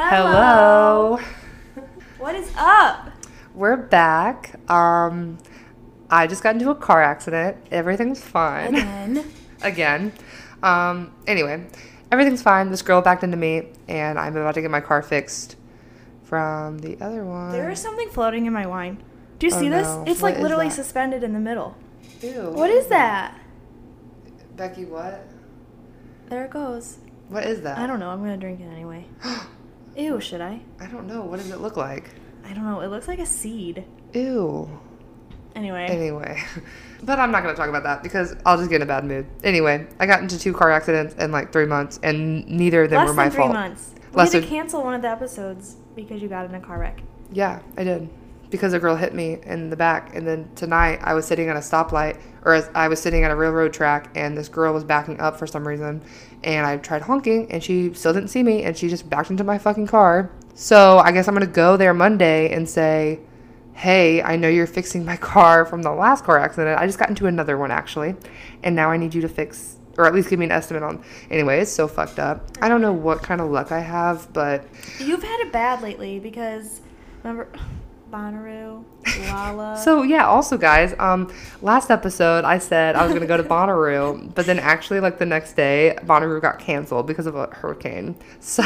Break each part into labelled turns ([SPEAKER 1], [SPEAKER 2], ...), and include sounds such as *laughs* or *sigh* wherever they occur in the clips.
[SPEAKER 1] Hello.
[SPEAKER 2] What is up?
[SPEAKER 1] We're back. Um I just got into a car accident. Everything's
[SPEAKER 2] *laughs*
[SPEAKER 1] fine.
[SPEAKER 2] Again.
[SPEAKER 1] Again. Um anyway, everything's fine. This girl backed into me and I'm about to get my car fixed from the other one.
[SPEAKER 2] There is something floating in my wine. Do you
[SPEAKER 1] Oh,
[SPEAKER 2] see this?
[SPEAKER 1] no.
[SPEAKER 2] It's
[SPEAKER 1] What
[SPEAKER 2] like
[SPEAKER 1] is
[SPEAKER 2] literally
[SPEAKER 1] that?
[SPEAKER 2] suspended in the middle.
[SPEAKER 1] Ew.
[SPEAKER 2] What is that?
[SPEAKER 1] Becky what?
[SPEAKER 2] There it goes.
[SPEAKER 1] What is that?
[SPEAKER 2] I don't know. I'm going to drink it
[SPEAKER 1] *gasps*
[SPEAKER 2] anyway. Ew, should I?
[SPEAKER 1] I don't know. What does it look like?
[SPEAKER 2] I don't know. It looks like a seed.
[SPEAKER 1] Ew.
[SPEAKER 2] Anyway.
[SPEAKER 1] Anyway, *laughs* but I'm not going to talk about that because I'll just get in a bad mood. Anyway, I got into two car accidents in like three months, and neither of them
[SPEAKER 2] Less
[SPEAKER 1] were my
[SPEAKER 2] than three
[SPEAKER 1] fault.
[SPEAKER 2] months. We
[SPEAKER 1] Less
[SPEAKER 2] had to
[SPEAKER 1] than-
[SPEAKER 2] cancel one of the episodes because you got in a car wreck.
[SPEAKER 1] Yeah, I did because a girl hit me in the back, and then tonight I was sitting at a stoplight, or as- I was sitting at a railroad track, and this girl was backing up for some reason, and I tried honking, and she still didn't see me, and she just backed into my fucking car. So I guess I'm going to go there Monday and say. Hey, I know you're fixing my *laughs* car from the last car accident. I just got into another one actually, and now I need you to fix or at least give me an estimate on. Anyway, it's so fucked up. I don't know what kind of luck I have, but
[SPEAKER 2] You've had it bad lately because remember *sighs* Bonnaroo, Lala.
[SPEAKER 1] *laughs* So yeah, also guys, um, last episode I said I was gonna go to Bonnaroo, *laughs* but then actually like the next day Bonnaroo got canceled because of a hurricane. So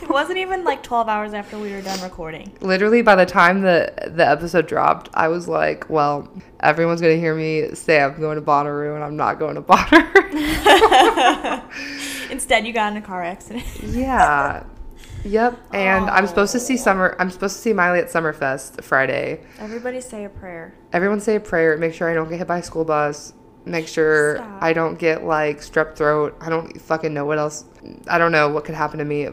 [SPEAKER 2] it wasn't even like 12 hours after we were done recording.
[SPEAKER 1] *laughs* literally by the time the the episode dropped, I was like, well, everyone's gonna hear me say I'm going to Bonnaroo and I'm not going to *laughs* Bonnaroo.
[SPEAKER 2] Instead, you got in a car accident.
[SPEAKER 1] yeah. Yep. And I'm supposed to see summer. I'm supposed to see Miley at Summerfest Friday.
[SPEAKER 2] Everybody say a prayer.
[SPEAKER 1] Everyone say a prayer. Make sure I don't get hit by a school bus. Make sure
[SPEAKER 2] Stop.
[SPEAKER 1] I don't get like strep throat. I don't fucking know what else. I don't know what could happen to me,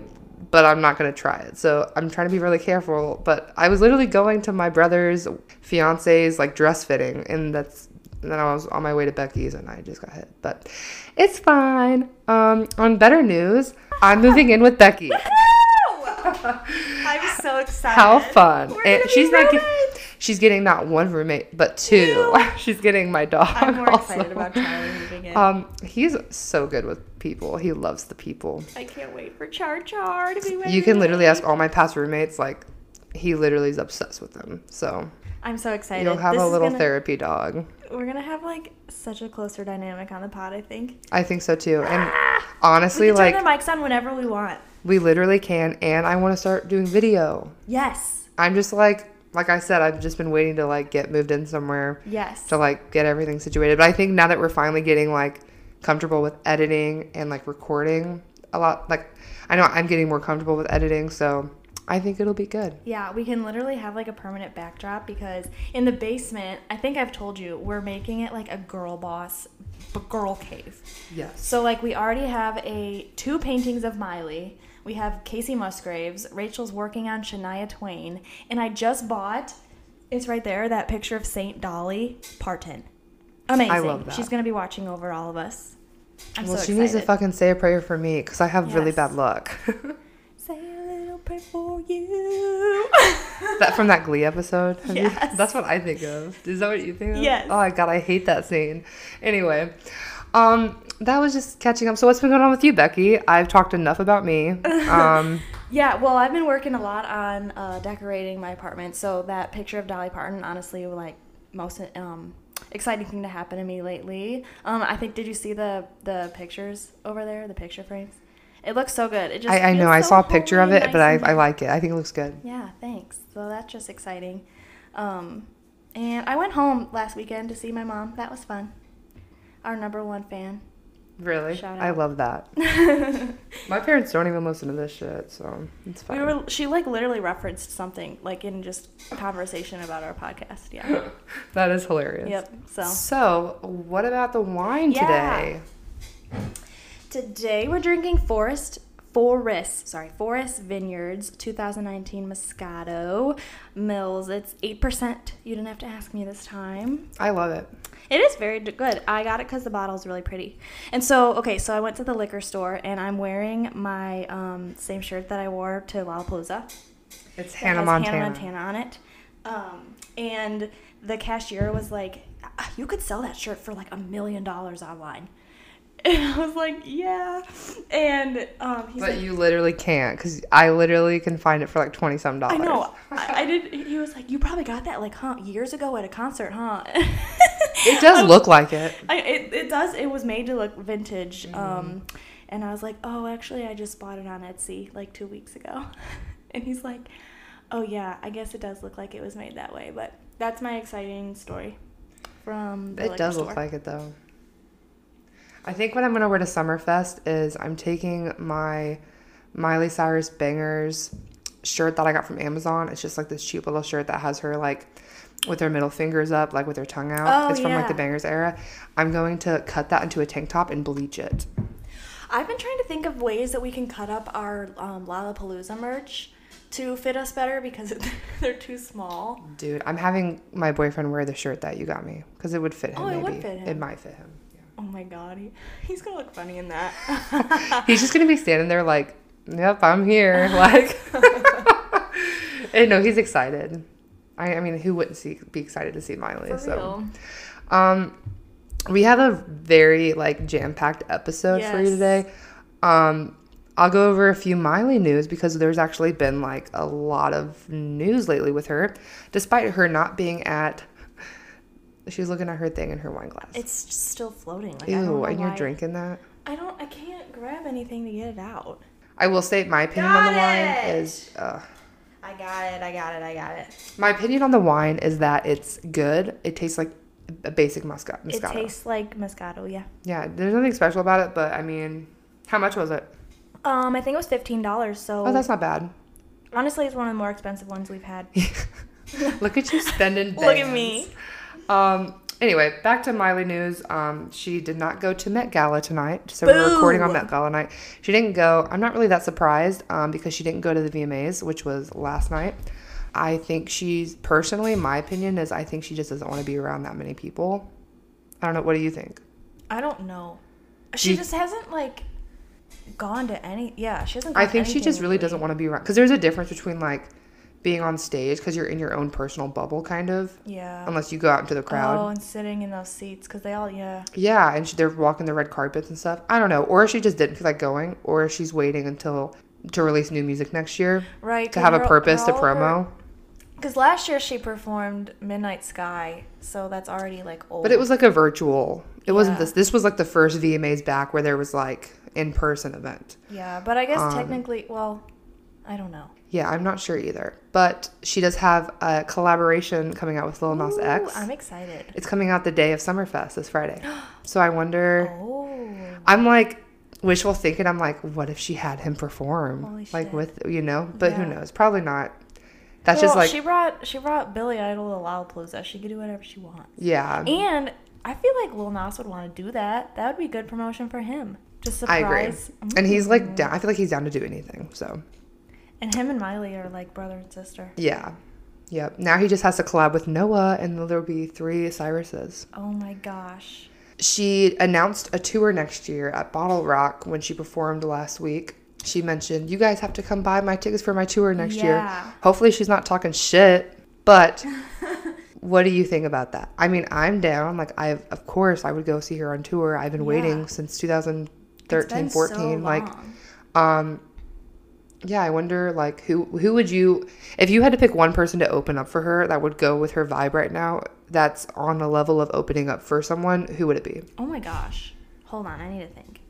[SPEAKER 1] but I'm not gonna try it. So I'm trying to be really careful. But I was literally going to my brother's fiance's like dress fitting, and that's and then I was on my way to Becky's, and I just got hit. But it's fine. Um, on better news, I'm moving in with Becky.
[SPEAKER 2] I'm *laughs* so excited.
[SPEAKER 1] How fun!
[SPEAKER 2] We're
[SPEAKER 1] and
[SPEAKER 2] gonna
[SPEAKER 1] she's
[SPEAKER 2] be
[SPEAKER 1] not getting,
[SPEAKER 2] roommates.
[SPEAKER 1] she's getting not one roommate but two. *laughs* she's getting my dog.
[SPEAKER 2] I'm more
[SPEAKER 1] also.
[SPEAKER 2] excited
[SPEAKER 1] *laughs*
[SPEAKER 2] about Charlie moving in.
[SPEAKER 1] Um, he's so good with people. He loves the people.
[SPEAKER 2] I can't wait for Char Char to be with
[SPEAKER 1] You can
[SPEAKER 2] me.
[SPEAKER 1] literally ask all my past roommates. Like, he literally is obsessed with them. So
[SPEAKER 2] I'm so excited.
[SPEAKER 1] you'll have
[SPEAKER 2] This
[SPEAKER 1] a
[SPEAKER 2] is
[SPEAKER 1] little
[SPEAKER 2] gonna-
[SPEAKER 1] therapy dog.
[SPEAKER 2] We're gonna have like such a closer dynamic on the pod. I think.
[SPEAKER 1] I think so too. And
[SPEAKER 2] Ah! We
[SPEAKER 1] honestly,
[SPEAKER 2] can
[SPEAKER 1] like
[SPEAKER 2] turn the mics on whenever we want.
[SPEAKER 1] we literally can. And I want to start doing video.
[SPEAKER 2] Yes.
[SPEAKER 1] I'm just like, like I said, I've just been waiting to like get moved in somewhere.
[SPEAKER 2] Yes.
[SPEAKER 1] to like get everything situated. But I think now that we're finally getting like comfortable with editing and like recording a lot, like I know I'm getting more comfortable with editing, so I think it'll be good.
[SPEAKER 2] Yeah, we can literally have like a permanent backdrop because in the basement, I think I've told you, we're making it like a girl boss, b- girl cave.
[SPEAKER 1] Yes.
[SPEAKER 2] So like we already have a two paintings of Miley. We have Casey Musgraves. Rachel's working on Shania Twain, and I just bought. It's right there. That picture of Saint Dolly Parton. Amazing.
[SPEAKER 1] love that.
[SPEAKER 2] She's gonna be watching over all of us. I'm
[SPEAKER 1] Well,
[SPEAKER 2] so
[SPEAKER 1] she
[SPEAKER 2] excited.
[SPEAKER 1] needs to fucking say a prayer for me because I have really
[SPEAKER 2] Yes.
[SPEAKER 1] bad luck. *laughs*
[SPEAKER 2] Say a little prayer for you. *laughs*
[SPEAKER 1] that from that Glee episode. Have you-
[SPEAKER 2] Yes.
[SPEAKER 1] that's what I think of. Is that what you think? Of?
[SPEAKER 2] Yes.
[SPEAKER 1] Oh my god, I hate that scene. Anyway, um, that was just catching up. So what's been going on with you, Becky? I've talked enough about me.
[SPEAKER 2] *laughs*
[SPEAKER 1] Um,
[SPEAKER 2] Yeah, well, I've been working a lot on uh, decorating my apartment. So that picture of Dolly Parton, honestly, like most um, exciting thing to happen to me lately. Um, I think did you see the the pictures over there, the picture frames? It looks so good. It just
[SPEAKER 1] I, I
[SPEAKER 2] feels
[SPEAKER 1] know I
[SPEAKER 2] so
[SPEAKER 1] saw a picture of
[SPEAKER 2] homely
[SPEAKER 1] it,
[SPEAKER 2] and
[SPEAKER 1] but I,
[SPEAKER 2] nice and-
[SPEAKER 1] I like it. I think it looks good.
[SPEAKER 2] yeah, thanks. So that's just exciting. Um, and I went home last weekend to see my mom. That was fun. Our number one fan. *laughs*
[SPEAKER 1] Really?
[SPEAKER 2] Shout
[SPEAKER 1] I
[SPEAKER 2] out.
[SPEAKER 1] love that. My parents don't even listen to this shit, so it's fine.
[SPEAKER 2] We were she like literally referenced something like in just conversation about our podcast. Yeah.
[SPEAKER 1] *laughs* that is hilarious.
[SPEAKER 2] yep. So
[SPEAKER 1] So, what about the wine
[SPEAKER 2] Yeah.
[SPEAKER 1] today?
[SPEAKER 2] Today we're drinking Forest Forest, sorry, Forest Vineyards 2019 Moscato Mills. It's 8%. You didn't have to ask me this time.
[SPEAKER 1] I love it.
[SPEAKER 2] It is very d- good. I got it cuz the bottle's really pretty. And so, okay, so I went to the liquor store and I'm wearing my um, same shirt that I wore to Lollapalooza. that
[SPEAKER 1] It's Hannah
[SPEAKER 2] has
[SPEAKER 1] Montana.
[SPEAKER 2] Hannah Montana on it. Um, and "Ah, the cashier was like, "You could sell that shirt for like a million dollars online." *laughs* And I was like, yeah. And um, he's
[SPEAKER 1] But
[SPEAKER 2] like,
[SPEAKER 1] you literally can't because I literally can find it for like twenty some
[SPEAKER 2] I
[SPEAKER 1] dollars.
[SPEAKER 2] know. I, I did. He was like, you probably got that like, huh, years ago at a concert,
[SPEAKER 1] *laughs*
[SPEAKER 2] huh?
[SPEAKER 1] It does
[SPEAKER 2] I'm-
[SPEAKER 1] look like it. Mm.
[SPEAKER 2] I, it, it does. It was made to look vintage. Um, and I was like, oh, actually, I just bought it on Etsy like two weeks ago. *laughs* and he's like, oh, yeah, I guess it does look like it was made that way. But that's my exciting story from the
[SPEAKER 1] It
[SPEAKER 2] liquor
[SPEAKER 1] does look
[SPEAKER 2] store.
[SPEAKER 1] like it though. I think what I'm gonna wear to Summerfest is I'm taking my Miley Cyrus bangers shirt that I got from Amazon. It's just like this cheap little shirt that has her like with her middle fingers up, like with her tongue out.
[SPEAKER 2] Oh,
[SPEAKER 1] it's from like the
[SPEAKER 2] yeah.
[SPEAKER 1] bangers era. I'm going to cut that into a tank top and bleach it.
[SPEAKER 2] I've been trying to think of ways that we can cut up our um, Lollapalooza merch to fit us better because *laughs* they're too small.
[SPEAKER 1] Dude, I'm having my boyfriend wear the shirt that you got me because it would fit him.
[SPEAKER 2] Oh, it
[SPEAKER 1] maybe.
[SPEAKER 2] would fit him.
[SPEAKER 1] might fit him. Yeah.
[SPEAKER 2] Oh my god, he, he's gonna look funny in that.
[SPEAKER 1] He's just gonna be standing there like, "Yep,
[SPEAKER 2] *laughs*
[SPEAKER 1] I'm here." Like, *laughs* and no, he's excited. I, I mean, who wouldn't see, be excited to see Miley?
[SPEAKER 2] For
[SPEAKER 1] so,
[SPEAKER 2] real.
[SPEAKER 1] um, we have a very like jam-packed episode for you
[SPEAKER 2] Yes.
[SPEAKER 1] today. Um, I'll go over a few Miley news because there's actually been like a lot of news lately with her, despite her not being at. She's looking at her thing in her wine glass.
[SPEAKER 2] It's still floating. Like, I don't know
[SPEAKER 1] Ew, and you're
[SPEAKER 2] why-
[SPEAKER 1] drinking that.
[SPEAKER 2] I don't. I can't grab anything to get it out.
[SPEAKER 1] I will say my opinion on the
[SPEAKER 2] Got
[SPEAKER 1] wine
[SPEAKER 2] it.
[SPEAKER 1] is. Uh,
[SPEAKER 2] I got it. I got it. I got it.
[SPEAKER 1] My opinion on the wine is that it's good. It tastes like a basic muscat.
[SPEAKER 2] It
[SPEAKER 1] Moscato.
[SPEAKER 2] tastes like Moscato. Yeah.
[SPEAKER 1] yeah, there's nothing special about it, but I mean, how much was it?
[SPEAKER 2] Um, I think it was fifteen dollars. So
[SPEAKER 1] Oh, that's
[SPEAKER 2] *laughs*
[SPEAKER 1] not bad.
[SPEAKER 2] honestly, it's one of the more expensive ones we've had.
[SPEAKER 1] Look at you spending.
[SPEAKER 2] Look at me.
[SPEAKER 1] bands. Um. Anyway, back to Miley news. Um, she did not go to Met Gala tonight, so we're
[SPEAKER 2] Boo!
[SPEAKER 1] recording on Met Gala night. She didn't go. I'm not really that surprised, um, because she didn't go to the VMAs, which was last night. I think she's personally, my opinion is, I think she just doesn't want to be around that many people. I don't know. What do you think?
[SPEAKER 2] I don't know. She
[SPEAKER 1] You-
[SPEAKER 2] just hasn't like gone to any. Yeah, she hasn't.
[SPEAKER 1] I
[SPEAKER 2] gone to
[SPEAKER 1] think she just
[SPEAKER 2] anything
[SPEAKER 1] really
[SPEAKER 2] lately.
[SPEAKER 1] doesn't want to be around because there's a difference between like being on stage because you're in your own personal bubble, kind of,
[SPEAKER 2] Yeah.
[SPEAKER 1] unless you go out into the
[SPEAKER 2] Oh,
[SPEAKER 1] crowd.
[SPEAKER 2] and sitting in those seats because they all yeah.
[SPEAKER 1] Yeah, and she, they're walking the red carpets and stuff. I don't know, or she just didn't feel like going, or she's waiting until to release new music next year
[SPEAKER 2] Right.
[SPEAKER 1] to have a purpose to promo.
[SPEAKER 2] Because last year she performed Midnight Sky, so that's already like old.
[SPEAKER 1] But it was like a virtual. It wasn't
[SPEAKER 2] Yeah.
[SPEAKER 1] this. This was like the first VMAs back where there was like in person event.
[SPEAKER 2] Yeah, but I guess technically, well, I don't know.
[SPEAKER 1] Yeah, I'm not sure either. But she does have a collaboration coming out with Lil Nas
[SPEAKER 2] Ooh,
[SPEAKER 1] X.
[SPEAKER 2] I'm excited.
[SPEAKER 1] It's coming out the day of Summerfest this
[SPEAKER 2] *gasps*
[SPEAKER 1] Friday. So I wonder,
[SPEAKER 2] Oh,
[SPEAKER 1] I'm like wishful thinking. I'm like, what if she had him perform?
[SPEAKER 2] Holy
[SPEAKER 1] like
[SPEAKER 2] shit.
[SPEAKER 1] with, you know, but who
[SPEAKER 2] Yeah.
[SPEAKER 1] knows? Probably not. That's just
[SPEAKER 2] Well,
[SPEAKER 1] like,
[SPEAKER 2] she brought she brought Billy Idol to Lollapalooza. She could do whatever she wants.
[SPEAKER 1] yeah,
[SPEAKER 2] And I feel like Lil Nas would want to do that. That would be good promotion for him. Just
[SPEAKER 1] I agree.
[SPEAKER 2] surprise. Mm-hmm.
[SPEAKER 1] And he's like, down, I feel like he's down to do anything. So
[SPEAKER 2] And him and Miley are like brother and sister.
[SPEAKER 1] yeah. Yep. Now he just has to collab with Noah and there'll be three Cyruses.
[SPEAKER 2] Oh my gosh.
[SPEAKER 1] She announced a tour next year at Bottle Rock when she performed last week. She mentioned, You guys have to come buy my tickets for my tour next
[SPEAKER 2] Yeah.
[SPEAKER 1] year. Hopefully, she's not talking shit, but *laughs* what do you think about that? I mean, I'm down. Like, I, of course, I would go see her on tour. I've been
[SPEAKER 2] Yeah.
[SPEAKER 1] waiting since 2013,
[SPEAKER 2] It's been so
[SPEAKER 1] 14. like,
[SPEAKER 2] long.
[SPEAKER 1] um, yeah, I wonder, like, who who would you, if you had to pick one person to open up for her that would go with her vibe right now, that's on the level of opening up for someone, who would it be?
[SPEAKER 2] oh my gosh. Hold on, I need to think.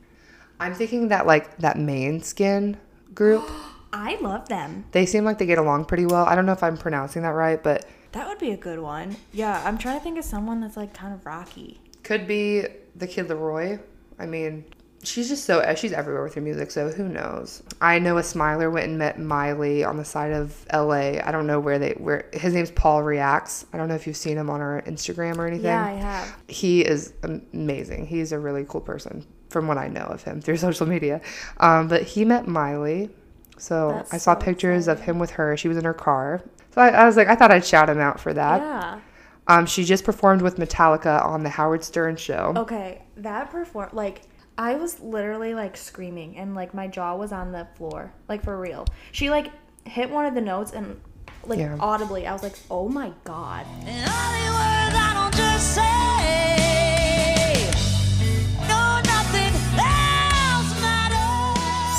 [SPEAKER 1] I'm thinking that like that main skin group,
[SPEAKER 2] I love them.
[SPEAKER 1] they seem like they get along pretty well. I don't know if I'm pronouncing that right, but
[SPEAKER 2] That would be a good one. Yeah, I'm trying to think of someone that's like kind of rocky.
[SPEAKER 1] could be the kid Leroy. I mean, she's just so she's everywhere with her music, so who knows? I know a Smiler went and met Miley on the side of LA. I don't know where they where his name's Paul Reacts. I don't know if you've seen him on our Instagram or anything.
[SPEAKER 2] Yeah, I have.
[SPEAKER 1] he is amazing. He's a really cool person from what I know of him through *laughs* social media. Um, but he met Miley. So
[SPEAKER 2] That's
[SPEAKER 1] I saw
[SPEAKER 2] so
[SPEAKER 1] pictures of him with her. She was in her car. So I, I was like, I thought I'd shout him out for that.
[SPEAKER 2] Yeah.
[SPEAKER 1] Um, she just performed with Metallica on the Howard Stern show.
[SPEAKER 2] Okay, that perform like I was literally like screaming and like my jaw was on the floor, like for real. She like hit one of the notes and like
[SPEAKER 1] Yeah.
[SPEAKER 2] audibly, I was like, "Oh my god!"
[SPEAKER 3] And all the words I don't just say. No, nothing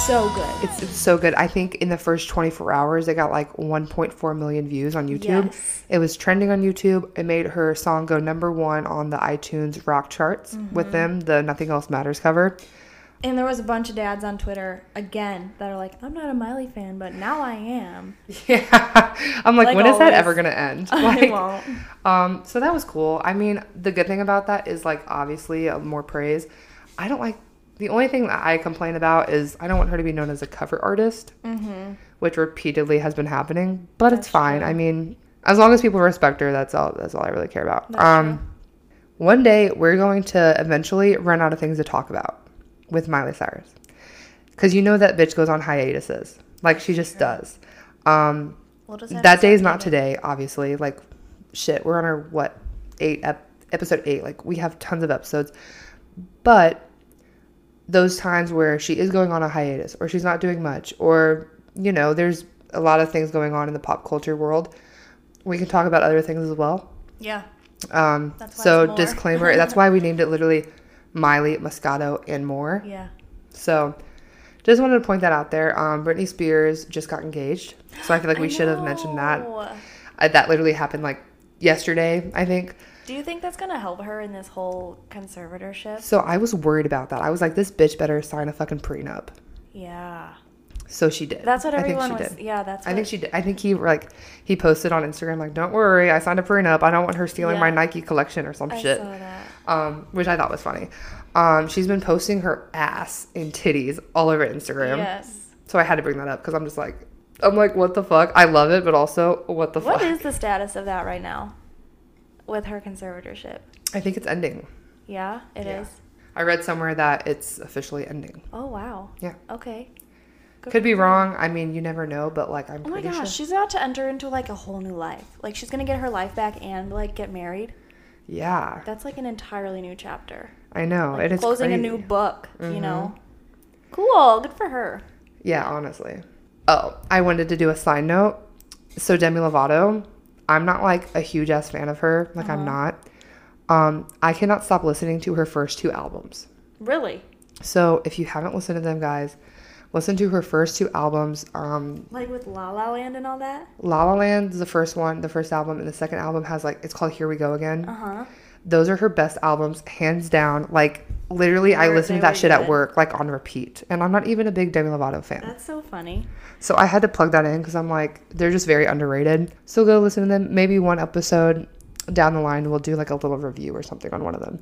[SPEAKER 2] so good.
[SPEAKER 1] It's, it's so good. I think in the first 24 hours, it got like 1.4 million views on YouTube.
[SPEAKER 2] Yes.
[SPEAKER 1] It was trending on YouTube. It made her song go number one on the iTunes rock charts
[SPEAKER 2] Mm-hmm.
[SPEAKER 1] with them, the Nothing Else Matters cover.
[SPEAKER 2] And there was a bunch of dads on Twitter again that are like, I'm not a Miley fan, but now I am. *laughs*
[SPEAKER 1] Yeah. *laughs* I'm like,
[SPEAKER 2] Like
[SPEAKER 1] when is that
[SPEAKER 2] always.
[SPEAKER 1] ever going to end?
[SPEAKER 2] *laughs* I
[SPEAKER 1] Like,
[SPEAKER 2] won't.
[SPEAKER 1] Um, so that was cool. I mean, the good thing about that is like obviously uh, more praise. I don't like the only thing that I complain about is I don't want her to be known as a cover artist, which repeatedly has been happening. But it's fine. I mean, as long as people respect her, that's all. That's all I really care about.
[SPEAKER 2] That's
[SPEAKER 1] um, one day we're going to eventually run out of things to talk about with Miley Cyrus, because you know that bitch goes on hiatuses like she just does. Um,
[SPEAKER 2] We'll just have
[SPEAKER 1] that
[SPEAKER 2] to
[SPEAKER 1] day is
[SPEAKER 2] stop
[SPEAKER 1] not
[SPEAKER 2] doing
[SPEAKER 1] today, obviously. Like, shit, we're on our what eight ep- episode eight. Like, we have tons of episodes, but those times where she is going on a hiatus, or she's not doing much, or you know, there's a lot of things going on in the pop culture world. We can talk about other things as well.
[SPEAKER 2] it. Yeah.
[SPEAKER 1] Um,
[SPEAKER 2] That's why it's
[SPEAKER 1] so
[SPEAKER 2] more.
[SPEAKER 1] disclaimer. that's why we named it literally Miley Moscato and more.
[SPEAKER 2] Yeah.
[SPEAKER 1] So, just wanted to point that out there. Um, Britney Spears just got engaged, so I feel like
[SPEAKER 2] I
[SPEAKER 1] we should have mentioned that.
[SPEAKER 2] know.
[SPEAKER 1] I, that literally happened like yesterday, I think.
[SPEAKER 2] Do you think that's going to help her in this whole conservatorship?
[SPEAKER 1] So I was worried about that. I was like, this bitch better sign a fucking prenup.
[SPEAKER 2] Yeah.
[SPEAKER 1] So she did.
[SPEAKER 2] That's what
[SPEAKER 1] I think
[SPEAKER 2] everyone
[SPEAKER 1] she
[SPEAKER 2] was.
[SPEAKER 1] did.
[SPEAKER 2] Yeah, that's what
[SPEAKER 1] I think she did. I think he like he posted on Instagram like, "Don't worry, I signed a prenup. I don't want her stealing my
[SPEAKER 2] Yeah.
[SPEAKER 1] Nike collection or some
[SPEAKER 2] I
[SPEAKER 1] shit,"
[SPEAKER 2] saw that.
[SPEAKER 1] um, which I thought was funny. Um, she's been posting her ass and titties all over Instagram, *laughs*
[SPEAKER 2] Yes.
[SPEAKER 1] so I had to bring that up because I'm just like, I'm like, what the fuck? I love it, but also, what the
[SPEAKER 2] What
[SPEAKER 1] fuck?
[SPEAKER 2] is the status of that right now with her conservatorship?
[SPEAKER 1] I think it's ending.
[SPEAKER 2] Yeah, it is.
[SPEAKER 1] Yeah. I read somewhere that it's officially ending.
[SPEAKER 2] Oh, wow.
[SPEAKER 1] Yeah.
[SPEAKER 2] Okay. Good
[SPEAKER 1] Could be
[SPEAKER 2] for her.
[SPEAKER 1] wrong. I mean, you never know, but like, I'm
[SPEAKER 2] Oh my
[SPEAKER 1] pretty
[SPEAKER 2] gosh,
[SPEAKER 1] sure.
[SPEAKER 2] she's about to enter into like a whole new life. Like she's gonna get her life back and like get married.
[SPEAKER 1] yeah,
[SPEAKER 2] That's like an entirely new chapter.
[SPEAKER 1] I know.
[SPEAKER 2] Like,
[SPEAKER 1] it is
[SPEAKER 2] closing a
[SPEAKER 1] crazy. Mm-hmm.
[SPEAKER 2] new book, you know. Cool, good for her.
[SPEAKER 1] Yeah, honestly. Oh, I wanted to do a side note. So Demi Lovato, I'm not like a huge ass fan of her. Like
[SPEAKER 2] Uh-huh.
[SPEAKER 1] I'm not. Um, I cannot stop listening to her first two albums.
[SPEAKER 2] Really?
[SPEAKER 1] So if you haven't listened to them, guys, listen to her first two albums. Um,
[SPEAKER 2] Like with La La Land and all that?
[SPEAKER 1] La La Land is the first one, the first album, and the second album has like it's called Here We Go Again.
[SPEAKER 2] Uh-huh.
[SPEAKER 1] those are her best albums hands down like literally i
[SPEAKER 2] Were
[SPEAKER 1] listen
[SPEAKER 2] they
[SPEAKER 1] to that
[SPEAKER 2] were
[SPEAKER 1] shit at
[SPEAKER 2] good?
[SPEAKER 1] work like on repeat and i'm not even a big demi lovato fan
[SPEAKER 2] That's so funny.
[SPEAKER 1] so i had to plug that in because i'm like they're just very underrated so go listen to them maybe one episode down the line we'll do like a little review or something on one of them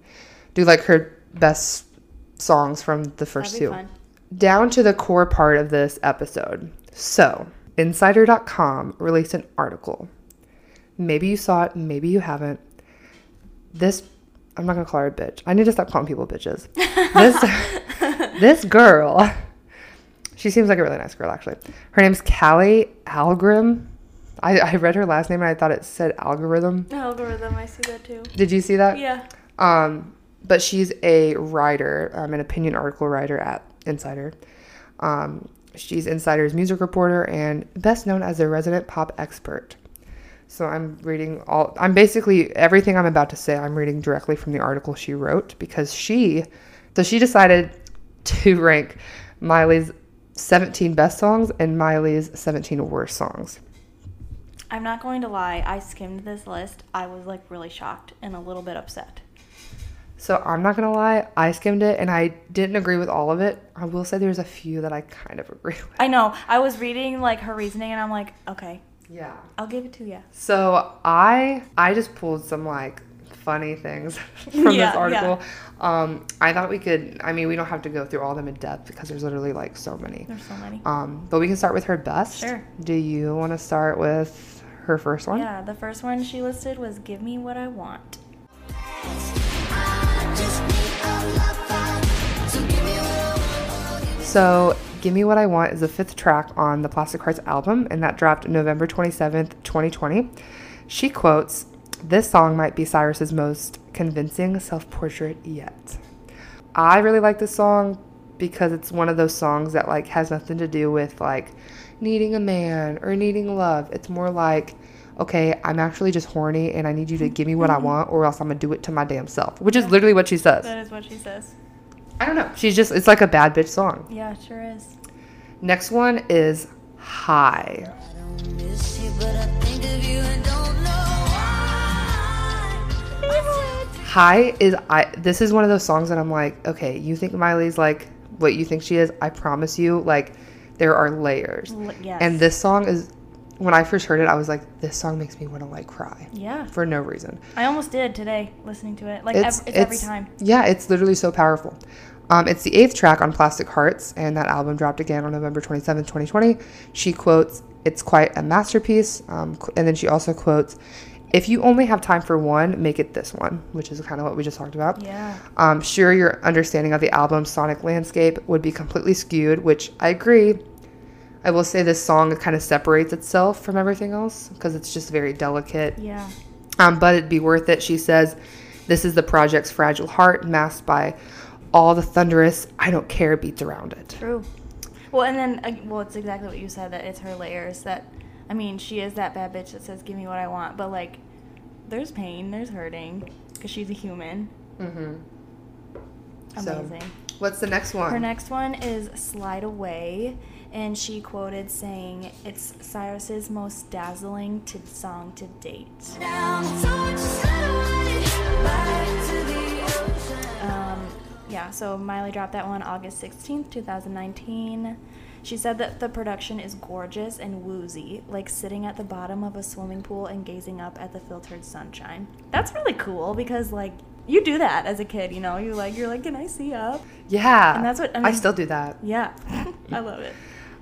[SPEAKER 1] do like her best songs from the first
[SPEAKER 2] That'd be
[SPEAKER 1] two
[SPEAKER 2] fun.
[SPEAKER 1] down to the core part of this episode. So, insider.com released an article. Maybe you saw it, maybe you haven't. This I'm not going to call her a bitch. I need to stop calling people bitches. This this girl. She seems like a really nice girl actually. Her name's Callie Algrim. I, I read her last name and I thought it said algorithm.
[SPEAKER 2] Algorithm, I see that too.
[SPEAKER 1] Did you see that?
[SPEAKER 2] Yeah.
[SPEAKER 1] Um, but she's a writer, um, an opinion article writer at Insider. Um, she's Insider's music reporter and best known as a resident pop expert. So I'm reading all, I'm basically everything I'm about to say, I'm reading directly from the article she wrote because she, so she decided to rank Miley's 17 best songs and Miley's 17 worst songs.
[SPEAKER 2] I'm not going to lie, I skimmed this list. I was like really shocked and a little bit upset.
[SPEAKER 1] So I'm not gonna lie, I skimmed it and I didn't agree with all of it. I will say there's a few that I kind of *laughs* agree with.
[SPEAKER 2] I know. I was reading like her reasoning and I'm like, okay,
[SPEAKER 1] Yeah.
[SPEAKER 2] I'll give it to you.
[SPEAKER 1] So I I just pulled some like funny things *laughs* from
[SPEAKER 2] Yeah,
[SPEAKER 1] this
[SPEAKER 2] yeah.
[SPEAKER 1] article. Um, I thought we could. I mean, we don't have to go through all of them in depth because there's literally like so many.
[SPEAKER 2] There's so many.
[SPEAKER 1] Um, but we can start with her best.
[SPEAKER 2] Sure.
[SPEAKER 1] Do you want to start with her first one?
[SPEAKER 2] Yeah, the first one she listed was Give Me What I Want.
[SPEAKER 1] So, Gimme What I Want is the fifth track on the Plastic Hearts album, and that dropped November 27th, 2020. She quotes, This song might be Cyrus's most convincing self portrait yet. I really like this song because it's one of those songs that like has nothing to do with like needing a man or needing love. It's more like, okay, I'm actually just horny and I need you to give me what I want or else I'm gonna do it to my damn self, which is literally what she says.
[SPEAKER 2] That is what she says.
[SPEAKER 1] I don't know. She's just it's like a bad bitch song.
[SPEAKER 2] Yeah, it sure is.
[SPEAKER 1] Next one is High.
[SPEAKER 3] Miss you, but I think of you and don't know why.
[SPEAKER 1] High is I this is one of those songs that I'm like, okay, you think Miley's like what you think she is? I promise you, like there are layers.
[SPEAKER 2] L- yes.
[SPEAKER 1] And this song is when I first heard it, I was like, this song makes me want to like cry
[SPEAKER 2] Yeah.
[SPEAKER 1] for no reason.
[SPEAKER 2] I almost did today listening to it. Like ev- it's, every time.
[SPEAKER 1] Yeah, it's literally so powerful. Um, it's the eighth track on Plastic Hearts, and that album dropped again on November 27th, 2020. She quotes, It's quite a masterpiece. Um, qu- and then she also quotes, If you only have time for one, make it this one, which is kind of what we just talked about.
[SPEAKER 2] Yeah.
[SPEAKER 1] Um, sure, your understanding of the album's sonic landscape would be completely skewed, which I agree. I will say this song kind of separates itself from everything else because it's just very delicate
[SPEAKER 2] Yeah.
[SPEAKER 1] um, but it'd be worth it. She says, This is the project's fragile heart, masked by all the thunderous, I don't care beats around it.
[SPEAKER 2] True. Well, and then uh, well, it's exactly what you said that it's her layers that I mean, she is that bad bitch that says give me what I want, but like there's pain, there's hurting cuz she's a human. Mhm.
[SPEAKER 1] So-
[SPEAKER 2] Amazing.
[SPEAKER 1] What's the next one?
[SPEAKER 2] Her next one is Slide Away, and she quoted saying, It's Cyrus's most dazzling t- song to date.
[SPEAKER 3] Down, so just slide away, back to the ocean.
[SPEAKER 2] Um, yeah, so Miley dropped that one August 16th, 2019. She said that the production is gorgeous and woozy, like sitting at the bottom of a swimming pool and gazing up at the filtered sunshine. That's really cool because, like, you do that as a kid, you know? You like, you're like, can I see up?
[SPEAKER 1] yeah.
[SPEAKER 2] And that's what- I
[SPEAKER 1] I,
[SPEAKER 2] mean-
[SPEAKER 1] still do that.
[SPEAKER 2] Yeah, *laughs* I love it.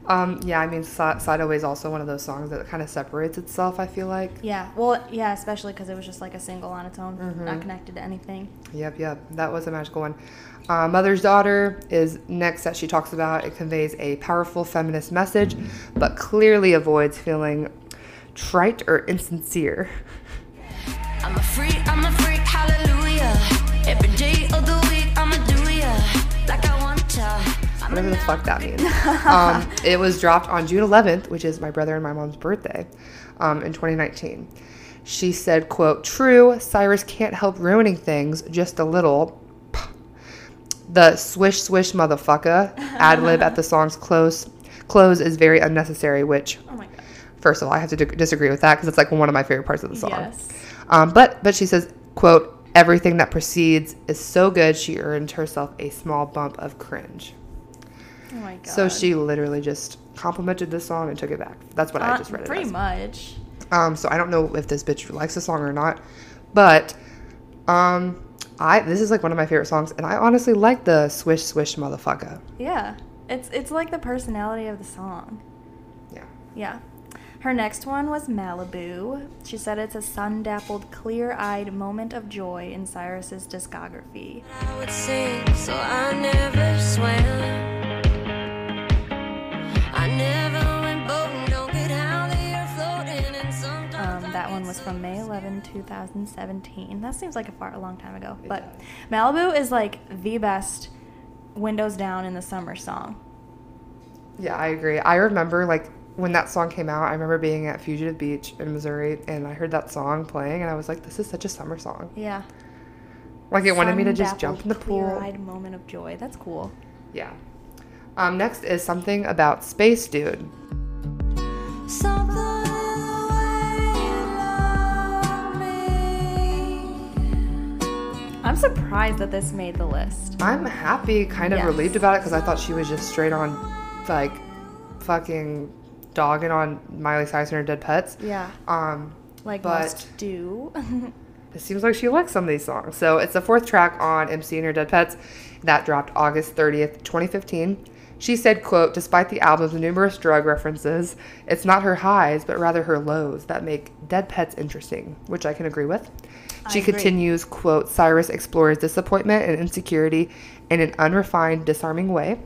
[SPEAKER 1] Um, yeah, I mean, Si- Sideways is also one of those songs that kind of separates itself, I feel like.
[SPEAKER 2] Yeah, well, yeah, especially because it was just like a single on its own,
[SPEAKER 1] Mm-hmm.
[SPEAKER 2] not connected to anything.
[SPEAKER 1] Yep, yep. That was a magical one. Uh, Mother's Daughter is next that she talks about. It conveys a powerful feminist message, but clearly avoids feeling trite or insincere.
[SPEAKER 3] I'm a freak, I'm a freak, hallelujah. Every day of the week, I'ma do ya like I want ya. I'm
[SPEAKER 1] whatever the fuck that means. um, it was dropped on June 11th, which is my brother and my mom's birthday, um, in 2019. She said, "quote True, Cyrus can't help ruining things just a little." Pah. The swish swish motherfucker ad lib at the song's close close is very unnecessary. Which,
[SPEAKER 2] Oh my god.
[SPEAKER 1] first of all, I have to d- disagree with that because it's like one of my favorite parts of the song.
[SPEAKER 2] Yes.
[SPEAKER 1] Um, but but she says, "quote Everything that precedes is so good." She earned herself a small bump of cringe.
[SPEAKER 2] Oh my god.
[SPEAKER 1] So she literally just complimented this song and took it back. That's what I
[SPEAKER 2] Uh,
[SPEAKER 1] just read it
[SPEAKER 2] Pretty
[SPEAKER 1] as.
[SPEAKER 2] much.
[SPEAKER 1] Um, so I don't know if this bitch likes the song or not, but um, I this is like one of my favorite songs, and I honestly like the swish swish motherfucker.
[SPEAKER 2] Yeah. It's it's like the personality of the song.
[SPEAKER 1] Yeah.
[SPEAKER 2] Yeah. Her next one was Malibu. She said it's a sun dappled, clear eyed moment of joy in Cyrus's discography.
[SPEAKER 3] I would sing, so I never swam. I never went boating, don't get how the air floating, and
[SPEAKER 2] Um,
[SPEAKER 3] sometimes I
[SPEAKER 2] that one
[SPEAKER 3] get
[SPEAKER 2] was
[SPEAKER 3] so
[SPEAKER 2] from May 11, 2017. That seems like a far a long time ago,
[SPEAKER 1] It
[SPEAKER 2] but
[SPEAKER 1] does.
[SPEAKER 2] Malibu is like the best windows down in the summer song.
[SPEAKER 1] Yeah, I agree. I remember like when that song came out, I remember being at Fugitive Beach in Missouri, and I heard that song playing, and I was like, "This is such a summer song."
[SPEAKER 2] Yeah.
[SPEAKER 1] Like it wanted me to just
[SPEAKER 2] Sun-dappled,
[SPEAKER 1] jump in the pool.
[SPEAKER 2] Clear-eyed moment of joy. That's cool.
[SPEAKER 1] Yeah. Um, next is something about space, dude.
[SPEAKER 3] Something about me.
[SPEAKER 2] I'm surprised that this made the list.
[SPEAKER 1] I'm happy, kind of
[SPEAKER 2] Yes.
[SPEAKER 1] relieved about it because I thought she was just straight on, like, fucking dogging on Miley Cyrus and her dead pets.
[SPEAKER 2] Yeah.
[SPEAKER 1] Um,
[SPEAKER 2] Like
[SPEAKER 1] But-
[SPEAKER 2] most do. *laughs*
[SPEAKER 1] it seems like she likes some of these songs. So it's the fourth track on MC and her dead pets that dropped August 30th, 2015. She said, quote, despite the album's numerous drug references, it's not her highs, but rather her lows that make Dead Pets interesting, which I can agree with. She
[SPEAKER 2] agree.
[SPEAKER 1] continues, quote, Cyrus explores disappointment and insecurity in an unrefined, disarming way.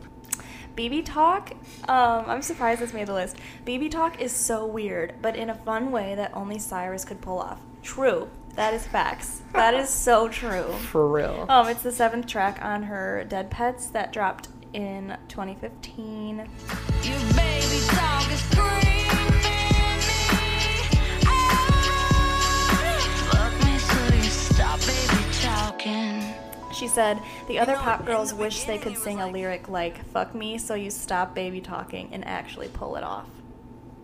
[SPEAKER 2] BB Talk, um, I'm surprised this made the list. BB Talk is so weird, but in a fun way that only Cyrus could pull off. True. That is facts. That is so true.
[SPEAKER 1] For real.
[SPEAKER 2] Um, it's the seventh track on her Dead Pets that dropped in 2015.
[SPEAKER 3] Your baby talk is screaming me out. Fuck me till you stop, baby, talking.
[SPEAKER 2] She said, The other pop girls wish they could sing a lyric like, fuck me, so you stop baby talking and actually pull it off.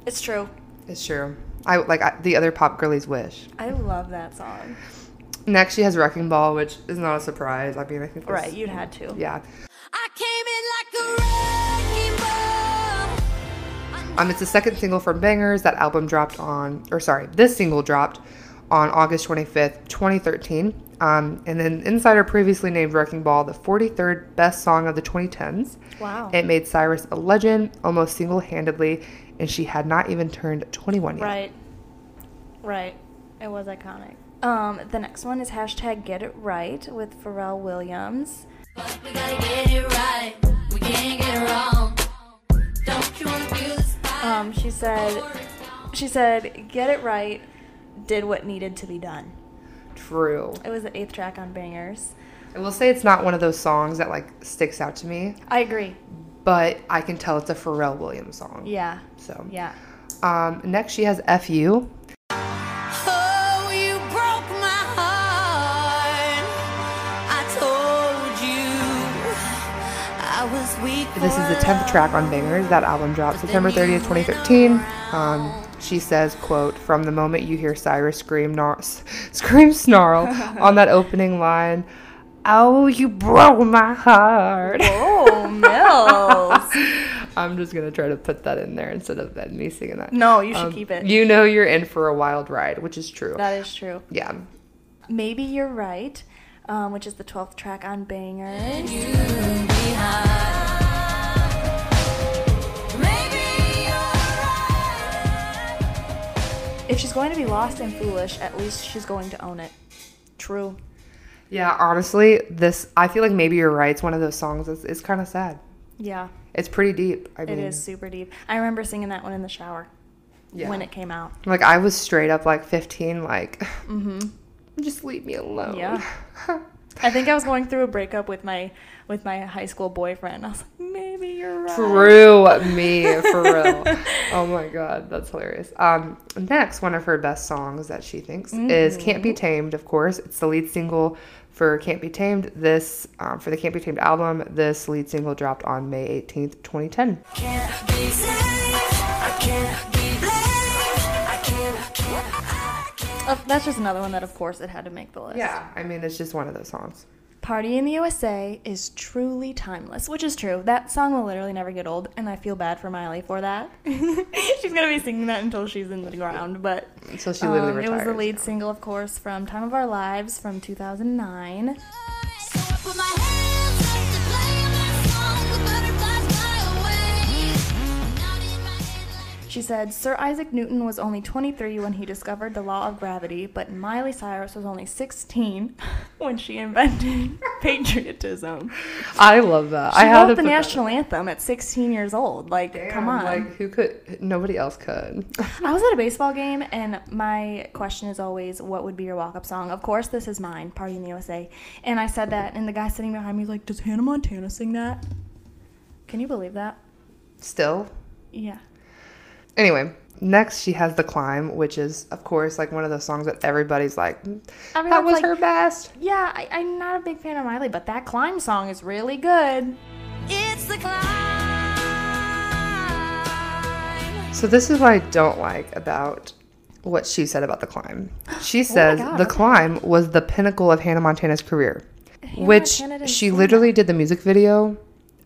[SPEAKER 2] It's true.
[SPEAKER 1] It's true. I like I, the other pop girlies wish.
[SPEAKER 2] I love that song.
[SPEAKER 1] Next, she has Wrecking Ball, which is not a surprise. I mean, I think. that's-
[SPEAKER 2] Right, you'd had to.
[SPEAKER 1] Yeah.
[SPEAKER 3] I came in like a wrecking ball.
[SPEAKER 1] Um, it's the second single from Bangers. That album dropped on, or sorry, this single dropped on August 25th, 2013. Um, and then Insider previously named Wrecking Ball the 43rd best song of the 2010s.
[SPEAKER 2] Wow.
[SPEAKER 1] It made Cyrus a legend almost single handedly, and she had not even turned 21 yet.
[SPEAKER 2] Right. Right. It was iconic. Um, the next one is hashtag get it right with Pharrell Williams.
[SPEAKER 3] We gotta get it right. We can't get it wrong. Don't you wanna feel this fire?
[SPEAKER 2] Um, she said, she said, get it right, did what needed to be done.
[SPEAKER 1] True.
[SPEAKER 2] It was the eighth track on Bangers.
[SPEAKER 1] I will say it's not one of those songs that like sticks out to me,
[SPEAKER 2] I agree.
[SPEAKER 1] but I can tell it's a Pharrell Williams song.
[SPEAKER 2] Yeah.
[SPEAKER 1] So
[SPEAKER 2] Yeah.
[SPEAKER 1] Um, next she has "Fu."
[SPEAKER 3] Oh, you broke my heart. I told you I was weak.
[SPEAKER 1] This is the tenth track on Bangers. That album dropped September 30th, 2013. Um, she says, "quote From the moment you hear Cyrus scream, gnar- s- *laughs*
[SPEAKER 2] *laughs*
[SPEAKER 1] scream, snarl on that opening line." Oh, you broke my heart.
[SPEAKER 2] Oh, Mills.
[SPEAKER 1] I'm just gonna try to put that in there instead of that- me singing that.
[SPEAKER 2] *laughs* No, you should
[SPEAKER 1] Um,
[SPEAKER 2] keep it.
[SPEAKER 1] You know you're in for a wild ride, which is true.
[SPEAKER 2] that is true.
[SPEAKER 1] yeah.
[SPEAKER 2] Maybe you're right, um, which is the twelfth track on Bangers.
[SPEAKER 3] Maybe you're right.
[SPEAKER 2] If she's going to be lost and foolish, at least she's going to own it. True.
[SPEAKER 1] Yeah, honestly, this I feel like maybe you're right. It's one of those songs that's it's kinda sad.
[SPEAKER 2] Yeah.
[SPEAKER 1] It's pretty deep. I
[SPEAKER 2] It
[SPEAKER 1] mean,
[SPEAKER 2] is super deep. I remember singing that one in the shower
[SPEAKER 1] Yeah.
[SPEAKER 2] when it came out.
[SPEAKER 1] Like I was straight up like 15, like, *laughs* just leave me alone.
[SPEAKER 2] Mm-hmm. Yeah.
[SPEAKER 1] *laughs*
[SPEAKER 2] I think I was going through a breakup with my with my high school boyfriend. I was like, maybe you're right.
[SPEAKER 1] True me
[SPEAKER 2] *laughs*
[SPEAKER 1] for real. oh my god, that's hilarious. Um, next, one of her best songs that she thinks is "Can't
[SPEAKER 2] Mm-hmm.
[SPEAKER 1] Be Tamed." Of course, it's the lead single for "Can't Be Tamed." This um, for the "Can't Be Tamed" album. This lead single dropped on May 18th, 2010.
[SPEAKER 3] can't be safe. I can't be blamed. I can't, can't, I can't.
[SPEAKER 2] Oh, that's just another one that, of course, it had to make the list.
[SPEAKER 1] Yeah, I mean it's just one of those songs.
[SPEAKER 2] Party in the USA is truly timeless, which is true. That song will literally never get old, and I feel bad for Miley for that. *laughs* she's gonna be singing that until she's in the ground. But
[SPEAKER 1] So she literally
[SPEAKER 2] um, it was
[SPEAKER 1] retires.
[SPEAKER 2] the lead single, of course, from "Time of Our Lives" from 2009.
[SPEAKER 3] So I put my hands up to play my song. The butterflies fly away. Now in my head like.
[SPEAKER 2] She said Sir Isaac Newton was only 23 when he discovered the law of gravity, but Miley Cyrus was only 16 *laughs* when she invented *laughs* patriotism.
[SPEAKER 1] I love that.
[SPEAKER 2] She
[SPEAKER 1] I
[SPEAKER 2] wrote
[SPEAKER 1] had to
[SPEAKER 2] the
[SPEAKER 1] put that-
[SPEAKER 2] national anthem at 16 years old. Like, come
[SPEAKER 1] Damn,
[SPEAKER 2] on.
[SPEAKER 1] like who could? Nobody else could. *laughs*
[SPEAKER 2] I was at a baseball game, and my question is always, "What would be your walk-up song?" Of course, this is mine, "Party in the USA," and I said that, and the guy sitting behind me was like, "Does Hannah Montana sing that?" Can you believe that?
[SPEAKER 1] Still,
[SPEAKER 2] Yeah.
[SPEAKER 1] Anyway, next she has The Climb, which is, of course, like one of those songs that everybody's like, "Mm, that
[SPEAKER 2] Everyone's
[SPEAKER 1] was
[SPEAKER 2] like-
[SPEAKER 1] her best.
[SPEAKER 2] Yeah, I, I'm not a big fan of Miley, but that climb song is really good.
[SPEAKER 3] It's the climb.
[SPEAKER 1] So, this is what I don't like about what she said about The Climb.
[SPEAKER 2] *gasps*
[SPEAKER 1] She says
[SPEAKER 2] Oh God,
[SPEAKER 1] The
[SPEAKER 2] okay.
[SPEAKER 1] Climb was the pinnacle of Hannah Montana's career, which
[SPEAKER 2] Montana didn't
[SPEAKER 1] she
[SPEAKER 2] sing
[SPEAKER 1] literally did the music video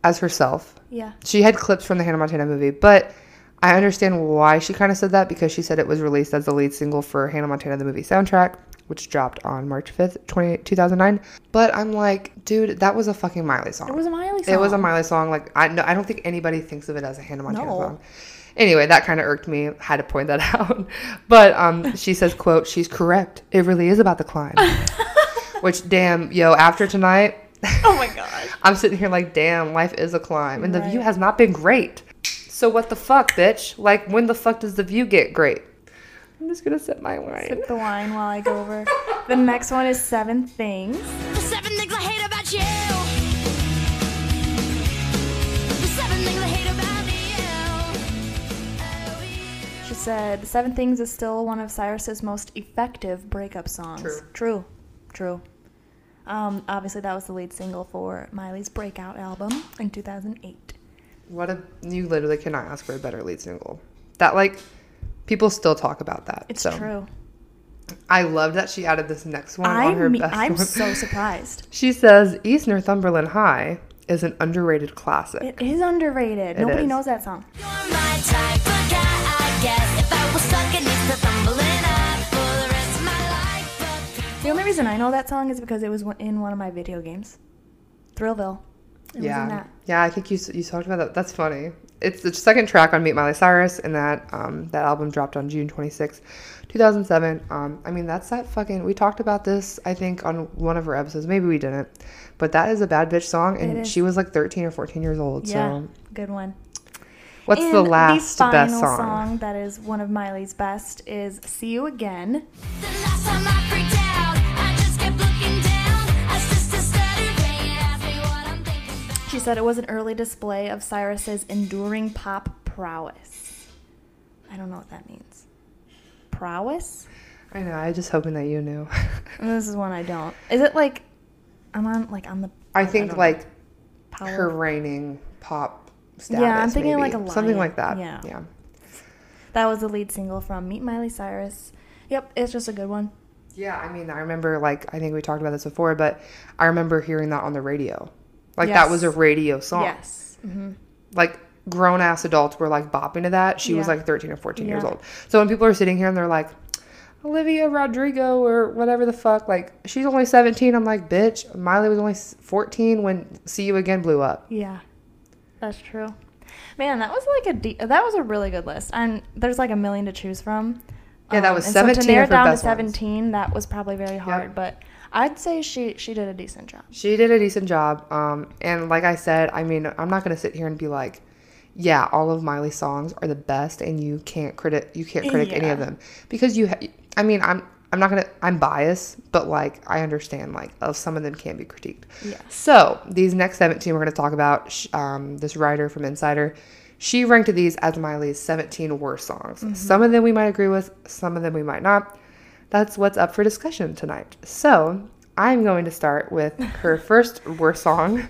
[SPEAKER 1] as herself.
[SPEAKER 2] Yeah.
[SPEAKER 1] She had clips from the Hannah Montana movie, but I understand why she kind of said that because she said it was released as the lead single for Hannah Montana the movie soundtrack, which dropped on March 5th, 20, 2009. But I'm like, dude, that was a fucking Miley song.
[SPEAKER 2] It was a Miley
[SPEAKER 1] It was a
[SPEAKER 2] song.
[SPEAKER 1] Miley song. Like I no, I don't think anybody thinks of it as a Hannah Montana
[SPEAKER 2] No.
[SPEAKER 1] song. Anyway, that kind of irked me. Had to point that *laughs* out. But um, she says, "quote She's correct. It really is about
[SPEAKER 2] *laughs*
[SPEAKER 1] the climb." Which, damn, yo, after tonight,
[SPEAKER 2] Oh my gosh.
[SPEAKER 1] *laughs* I'm sitting here like, damn, life is a climb, and the view
[SPEAKER 2] Right.
[SPEAKER 1] has not been great. So what the fuck, bitch? Like, when the fuck does the view get great? I'm just gonna sip my wine.
[SPEAKER 2] Sip the wine while I go
[SPEAKER 1] *laughs*
[SPEAKER 2] over. The next one is Seven Things.
[SPEAKER 3] The seven things I hate about you. The seven things I hate about you. Oh, you.
[SPEAKER 2] She said, "The Seven Things is still one of Cyrus's most effective breakup songs."
[SPEAKER 1] True.
[SPEAKER 2] True. True. Um, obviously, that was the lead single for Miley's breakout album in 2008.
[SPEAKER 1] What a you literally cannot ask for a better lead single. That like people still talk about that.
[SPEAKER 2] It's
[SPEAKER 1] so.
[SPEAKER 2] true.
[SPEAKER 1] I love that she added this next one
[SPEAKER 2] I
[SPEAKER 1] on her
[SPEAKER 2] mean,
[SPEAKER 1] best
[SPEAKER 2] I'm
[SPEAKER 1] one. *laughs*
[SPEAKER 2] so surprised.
[SPEAKER 1] she says East Northumberland High is an underrated classic.
[SPEAKER 2] It is underrated.
[SPEAKER 1] It
[SPEAKER 2] Nobody
[SPEAKER 1] is.
[SPEAKER 2] knows that song.
[SPEAKER 3] You're my type of guy, I guess. If I was stuck in East Northumberland, I'd for the rest of my life. But
[SPEAKER 2] The only reason I know that song is because it was one- in one of my video games, Thrillville. It was in
[SPEAKER 1] yeah,
[SPEAKER 2] that.
[SPEAKER 1] yeah. I think you s- you talked about that. That's funny. It's the second track on Meet Miley Cyrus, and that um, that album dropped on June 26, 2007. Um, I mean, that's that fucking. We talked about this, I think, on one of her episodes. Maybe we didn't, but that is a bad bitch song,
[SPEAKER 2] It
[SPEAKER 1] and
[SPEAKER 2] is.
[SPEAKER 1] she was like 13 or 14 years old.
[SPEAKER 2] Yeah,
[SPEAKER 1] So,
[SPEAKER 2] good one.
[SPEAKER 1] what's
[SPEAKER 2] And
[SPEAKER 1] the last
[SPEAKER 2] final
[SPEAKER 1] best
[SPEAKER 2] song that is one of Miley's best is "See You Again."
[SPEAKER 3] the last time I freaked out, I just kept looking down. My sister stuttering and asked me what I'm thinking.
[SPEAKER 2] She said it was an early display of Cyrus's enduring pop prowess. I don't know what that means. Prowess?
[SPEAKER 1] I know. I just hoping that you knew. *laughs*
[SPEAKER 2] This is one I don't. Is it like I'm on like on the
[SPEAKER 1] I think
[SPEAKER 2] don't know.
[SPEAKER 1] like
[SPEAKER 2] power?
[SPEAKER 1] her reigning pop status.
[SPEAKER 2] Yeah, I'm thinking
[SPEAKER 1] maybe.
[SPEAKER 2] like a lion.
[SPEAKER 1] something like that.
[SPEAKER 2] Yeah.
[SPEAKER 1] yeah.
[SPEAKER 2] That was the lead single from Meet Miley Cyrus. Yep, it's just a good one.
[SPEAKER 1] Yeah, I mean, I remember like I think we talked about this before, but I remember hearing that on the radio. Like that was a
[SPEAKER 2] Yes.
[SPEAKER 1] radio song.
[SPEAKER 2] Yes. hmm
[SPEAKER 1] Like grown ass adults were like bopping to that. She was
[SPEAKER 2] Yeah.
[SPEAKER 1] like 13 or 14 years
[SPEAKER 2] Yeah.
[SPEAKER 1] old. So when people are sitting here and they're like Olivia Rodrigo or whatever the fuck, like she's only 17. I'm like, bitch, Miley was only s- 14 when See You Again blew up.
[SPEAKER 2] Yeah. That's true. Man, that was like a de- that was a really good list. And there's like a million to choose from. Um,
[SPEAKER 1] Yeah, that was
[SPEAKER 2] and
[SPEAKER 1] 17
[SPEAKER 2] So to narrow
[SPEAKER 1] of
[SPEAKER 2] it
[SPEAKER 1] her
[SPEAKER 2] down
[SPEAKER 1] best
[SPEAKER 2] to
[SPEAKER 1] ones.
[SPEAKER 2] 17, that was probably very hard, but I'd say she she did a decent job.
[SPEAKER 1] She did a decent job. Um, and like I said, I mean, I'm not gonna sit here and be like, yeah, all of Miley's songs are the best, and you can't credit you can't critic any of
[SPEAKER 2] Yeah.
[SPEAKER 1] them because you. Ha- I mean, I'm I'm not gonna I'm biased, but like I understand like of some of them can be critiqued.
[SPEAKER 2] Yeah.
[SPEAKER 1] So these next 17 we're gonna talk about sh- um, this writer from Insider. She ranked these as Miley's 17 worst songs.
[SPEAKER 2] Mm-hmm.
[SPEAKER 1] Some of them we might agree with, some of them we might not. That's what's up for discussion tonight. So I'm going to
[SPEAKER 2] *laughs*
[SPEAKER 1] start with her first worst song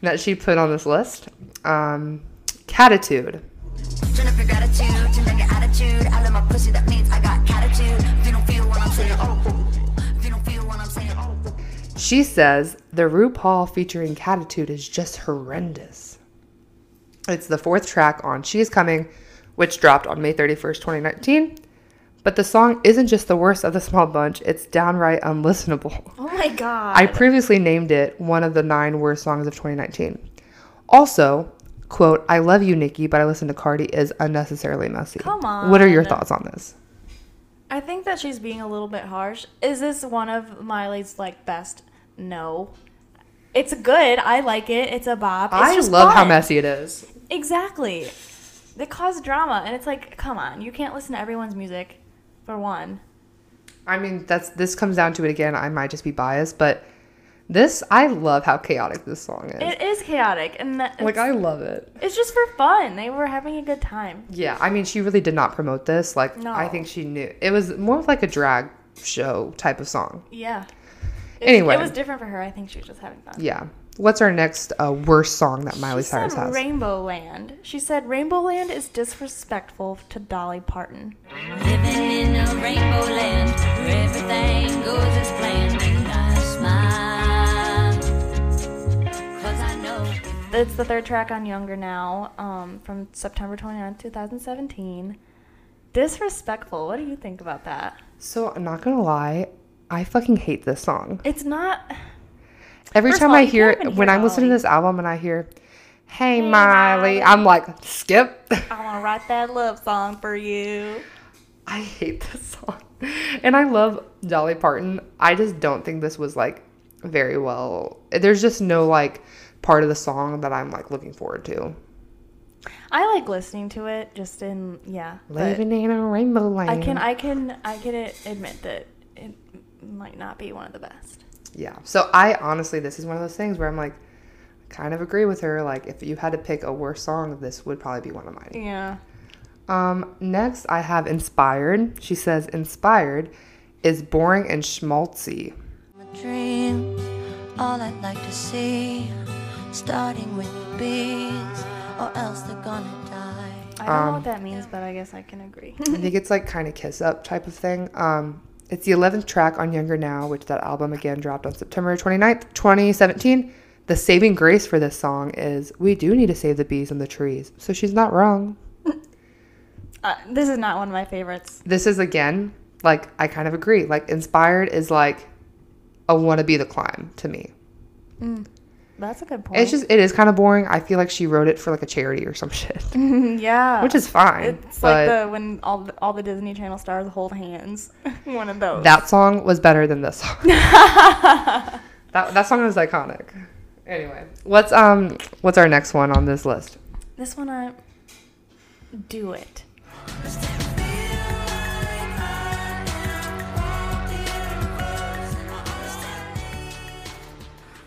[SPEAKER 1] that she put on this list, um, "Catitude."
[SPEAKER 3] Turn up your gratitude, turn down your attitude. I love my pussy, that means I got catitude. If you don't feel what I'm saying, oh. If you don't feel what I'm saying, oh.
[SPEAKER 1] She says the RuPaul featuring Catitude is just horrendous. It's the fourth track on She Is Coming, which dropped on May 31st, 2019. But the song isn't just the worst of the small bunch, it's downright unlistenable.
[SPEAKER 2] Oh
[SPEAKER 1] *laughs*
[SPEAKER 2] my god.
[SPEAKER 1] I previously named it one of the nine worst songs of 2019. Also, quote, I love you, Nikki, but I listen to Cardi is unnecessarily messy.
[SPEAKER 2] Come
[SPEAKER 1] What are your
[SPEAKER 2] on.
[SPEAKER 1] thoughts on this?
[SPEAKER 2] I think that she's being a little bit harsh. Is this one of Miley's like best? No. It's good. I like it. It's a bop. It's
[SPEAKER 1] I
[SPEAKER 2] just
[SPEAKER 1] love how
[SPEAKER 2] fun.
[SPEAKER 1] messy it is.
[SPEAKER 2] Exactly. They cause drama, and it's like, come on, you can't listen to everyone's music, for one.
[SPEAKER 1] I mean, that's this comes down to it again. I might just be biased, but this I love how chaotic this song is.
[SPEAKER 2] It is chaotic, and that, it's,
[SPEAKER 1] like I love it.
[SPEAKER 2] it's just for fun. They were having a good time.
[SPEAKER 1] Yeah, I mean, she really did not promote this. Like
[SPEAKER 2] No.
[SPEAKER 1] I think she knew it was more of like a drag show type of song.
[SPEAKER 2] Yeah. It,
[SPEAKER 1] Anyway.
[SPEAKER 2] it was different for her. I think she was just having fun.
[SPEAKER 1] Yeah. What's our next uh, worst song that Miley
[SPEAKER 2] she
[SPEAKER 1] Cyrus
[SPEAKER 2] said
[SPEAKER 1] has?
[SPEAKER 2] Rainbow Land. She said Rainbow Land is disrespectful to Dolly Parton.
[SPEAKER 3] Living in a rainbow land where everything goes as planned. And I smile, 'cause I know.
[SPEAKER 2] It's the third track on Younger Now um, from September 29, 2017. Disrespectful. What do you think about that?
[SPEAKER 1] so I'm not gonna lie, I fucking hate this song.
[SPEAKER 2] It's not.
[SPEAKER 1] Every
[SPEAKER 2] First of
[SPEAKER 1] time
[SPEAKER 2] all,
[SPEAKER 1] I
[SPEAKER 2] you
[SPEAKER 1] hear
[SPEAKER 2] can't even
[SPEAKER 1] when
[SPEAKER 2] hear
[SPEAKER 1] I'm listening to
[SPEAKER 2] Miley.
[SPEAKER 1] this album and I hear, "Hey, Miley," I'm like, skip. *laughs*
[SPEAKER 2] I want to write that love song for you.
[SPEAKER 1] I hate this song. And I love Dolly Parton. I just don't think this was like very well. There's just no like part of the song that I'm like looking forward to.
[SPEAKER 2] I like listening to it just in yeah. but
[SPEAKER 1] Living in a rainbow land.
[SPEAKER 2] I can I can I can a- admit that it might not be one of the best.
[SPEAKER 1] yeah. So I honestly, this is one of those things where I'm like, kind of agree with her. Like, if you had to pick a worse song, this would probably be one of mine.
[SPEAKER 2] Yeah.
[SPEAKER 1] Um, next, I have Inspired. She says, Inspired is boring and schmaltzy.
[SPEAKER 3] dreams
[SPEAKER 4] all I'd like to see, starting with the bees, or else they're gonna die.
[SPEAKER 2] I don't know
[SPEAKER 1] Um,
[SPEAKER 2] what that means, but I guess I can agree. *laughs*
[SPEAKER 1] I think it's like kind of kiss up type of thing. Um, it's the 11th track on Younger Now, which that album again dropped on September 29th, 2017. The saving grace for this song is we do need to save the bees and the trees. So she's not wrong.
[SPEAKER 2] uh, this is not one of my favorites.
[SPEAKER 1] This is again, like, I kind of agree. Like, inspired is like a wannabe the climb to me.
[SPEAKER 2] That's a good point.
[SPEAKER 1] It's just, it is kind of boring. I feel like she wrote it for like a charity or some *laughs* shit,
[SPEAKER 2] yeah.
[SPEAKER 1] which is fine.
[SPEAKER 2] it's
[SPEAKER 1] but
[SPEAKER 2] like the when all the, all the Disney Channel stars hold hands. *laughs* one of those.
[SPEAKER 1] that song was better than this
[SPEAKER 2] *laughs*
[SPEAKER 1] song. *laughs* that, that song was iconic. Anyway, what's um what's our next one on this list?
[SPEAKER 2] This one I do it.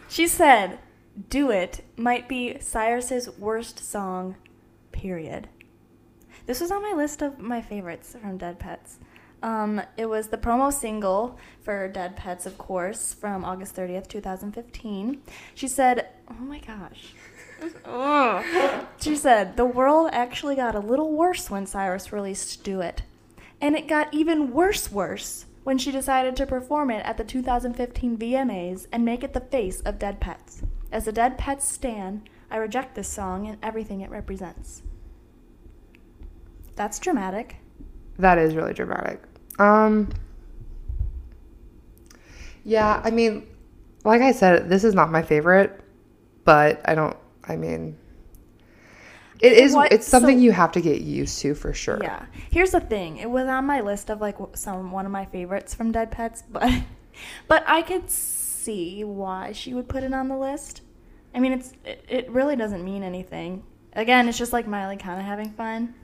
[SPEAKER 2] She said, "Do it" might be Cyrus's worst song, period. This was on my list of my favorites from Dead Pets. Um, it was the promo single for Dead Pets, of course, from August 30th, 2015. She said, Oh my gosh. Ugh. She said, The world actually got a little worse when Cyrus released Do It. And it got even worse, worse when she decided to perform it at the 2015 VMAs and make it the face of Dead Pets. As a Dead Pets stan, I reject this song and everything it represents. That's dramatic.
[SPEAKER 1] That is really dramatic. Um Yeah, I mean, like I said, this is not my favorite, but I don't I mean it is
[SPEAKER 2] What-
[SPEAKER 1] it's something
[SPEAKER 2] so-
[SPEAKER 1] you have to get used to for sure.
[SPEAKER 2] Yeah. Here's the thing. It was on my list of like w- some one of my favorites from Dead Pets, *laughs* but but I could see why she would put it on the list. I mean, it's it, it really doesn't mean anything. Again, it's just like Miley kind of having fun.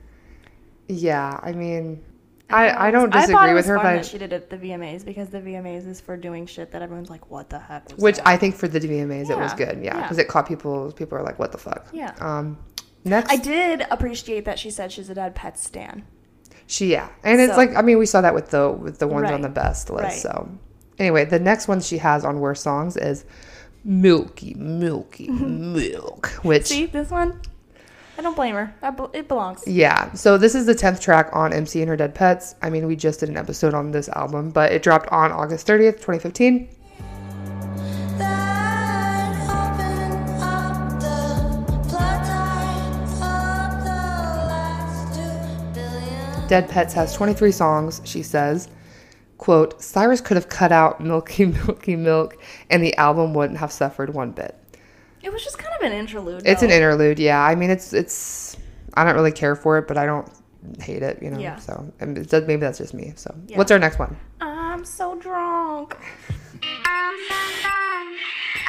[SPEAKER 1] Yeah, I mean I, I don't
[SPEAKER 2] thought
[SPEAKER 1] disagree
[SPEAKER 2] it
[SPEAKER 1] with
[SPEAKER 2] was
[SPEAKER 1] her,
[SPEAKER 2] fun that
[SPEAKER 1] but
[SPEAKER 2] she did it at the VMAs because the VMAs is for doing shit that everyone's like, "What the heck?" Was
[SPEAKER 1] which
[SPEAKER 2] that?"
[SPEAKER 1] I think for the DVMAs it was
[SPEAKER 2] Yeah,
[SPEAKER 1] good, yeah,
[SPEAKER 2] yeah.
[SPEAKER 1] because it caught people. People are like, "What the fuck?"
[SPEAKER 2] Yeah.
[SPEAKER 1] Um, next,
[SPEAKER 2] I did appreciate that she said she's a Dead Pets stan.
[SPEAKER 1] She yeah, and it's
[SPEAKER 2] So-
[SPEAKER 1] like I mean we saw that with the with the ones on
[SPEAKER 2] Right.
[SPEAKER 1] the best list.
[SPEAKER 2] Right.
[SPEAKER 1] So anyway, the next one she has on worst songs is Milky Milky Milk, which
[SPEAKER 2] Mm-hmm. See this one? I don't blame her. I bel it belongs.
[SPEAKER 1] yeah. So this is the tenth track on MC and Her Dead Pets. I mean we just did an episode on this album, but it dropped on August thirtieth, twenty fifteen.
[SPEAKER 4] Then open up the floodlight of the last two billion.
[SPEAKER 1] Dead Pets has 23 songs, she says. Quote, Cyrus could have cut out Milky *laughs* Milky Milk and the album wouldn't have suffered one bit.
[SPEAKER 2] It was just kind of an interlude.
[SPEAKER 1] It's
[SPEAKER 2] though.
[SPEAKER 1] an interlude, yeah. I mean, it's it's. I don't really care for it, but I don't hate it, you know.
[SPEAKER 2] Yeah.
[SPEAKER 1] So and it does, maybe that's just me. So
[SPEAKER 2] Yeah.
[SPEAKER 1] what's our
[SPEAKER 2] *laughs*
[SPEAKER 1] next one?
[SPEAKER 2] I'm so drunk.
[SPEAKER 5] I'm so drunk. I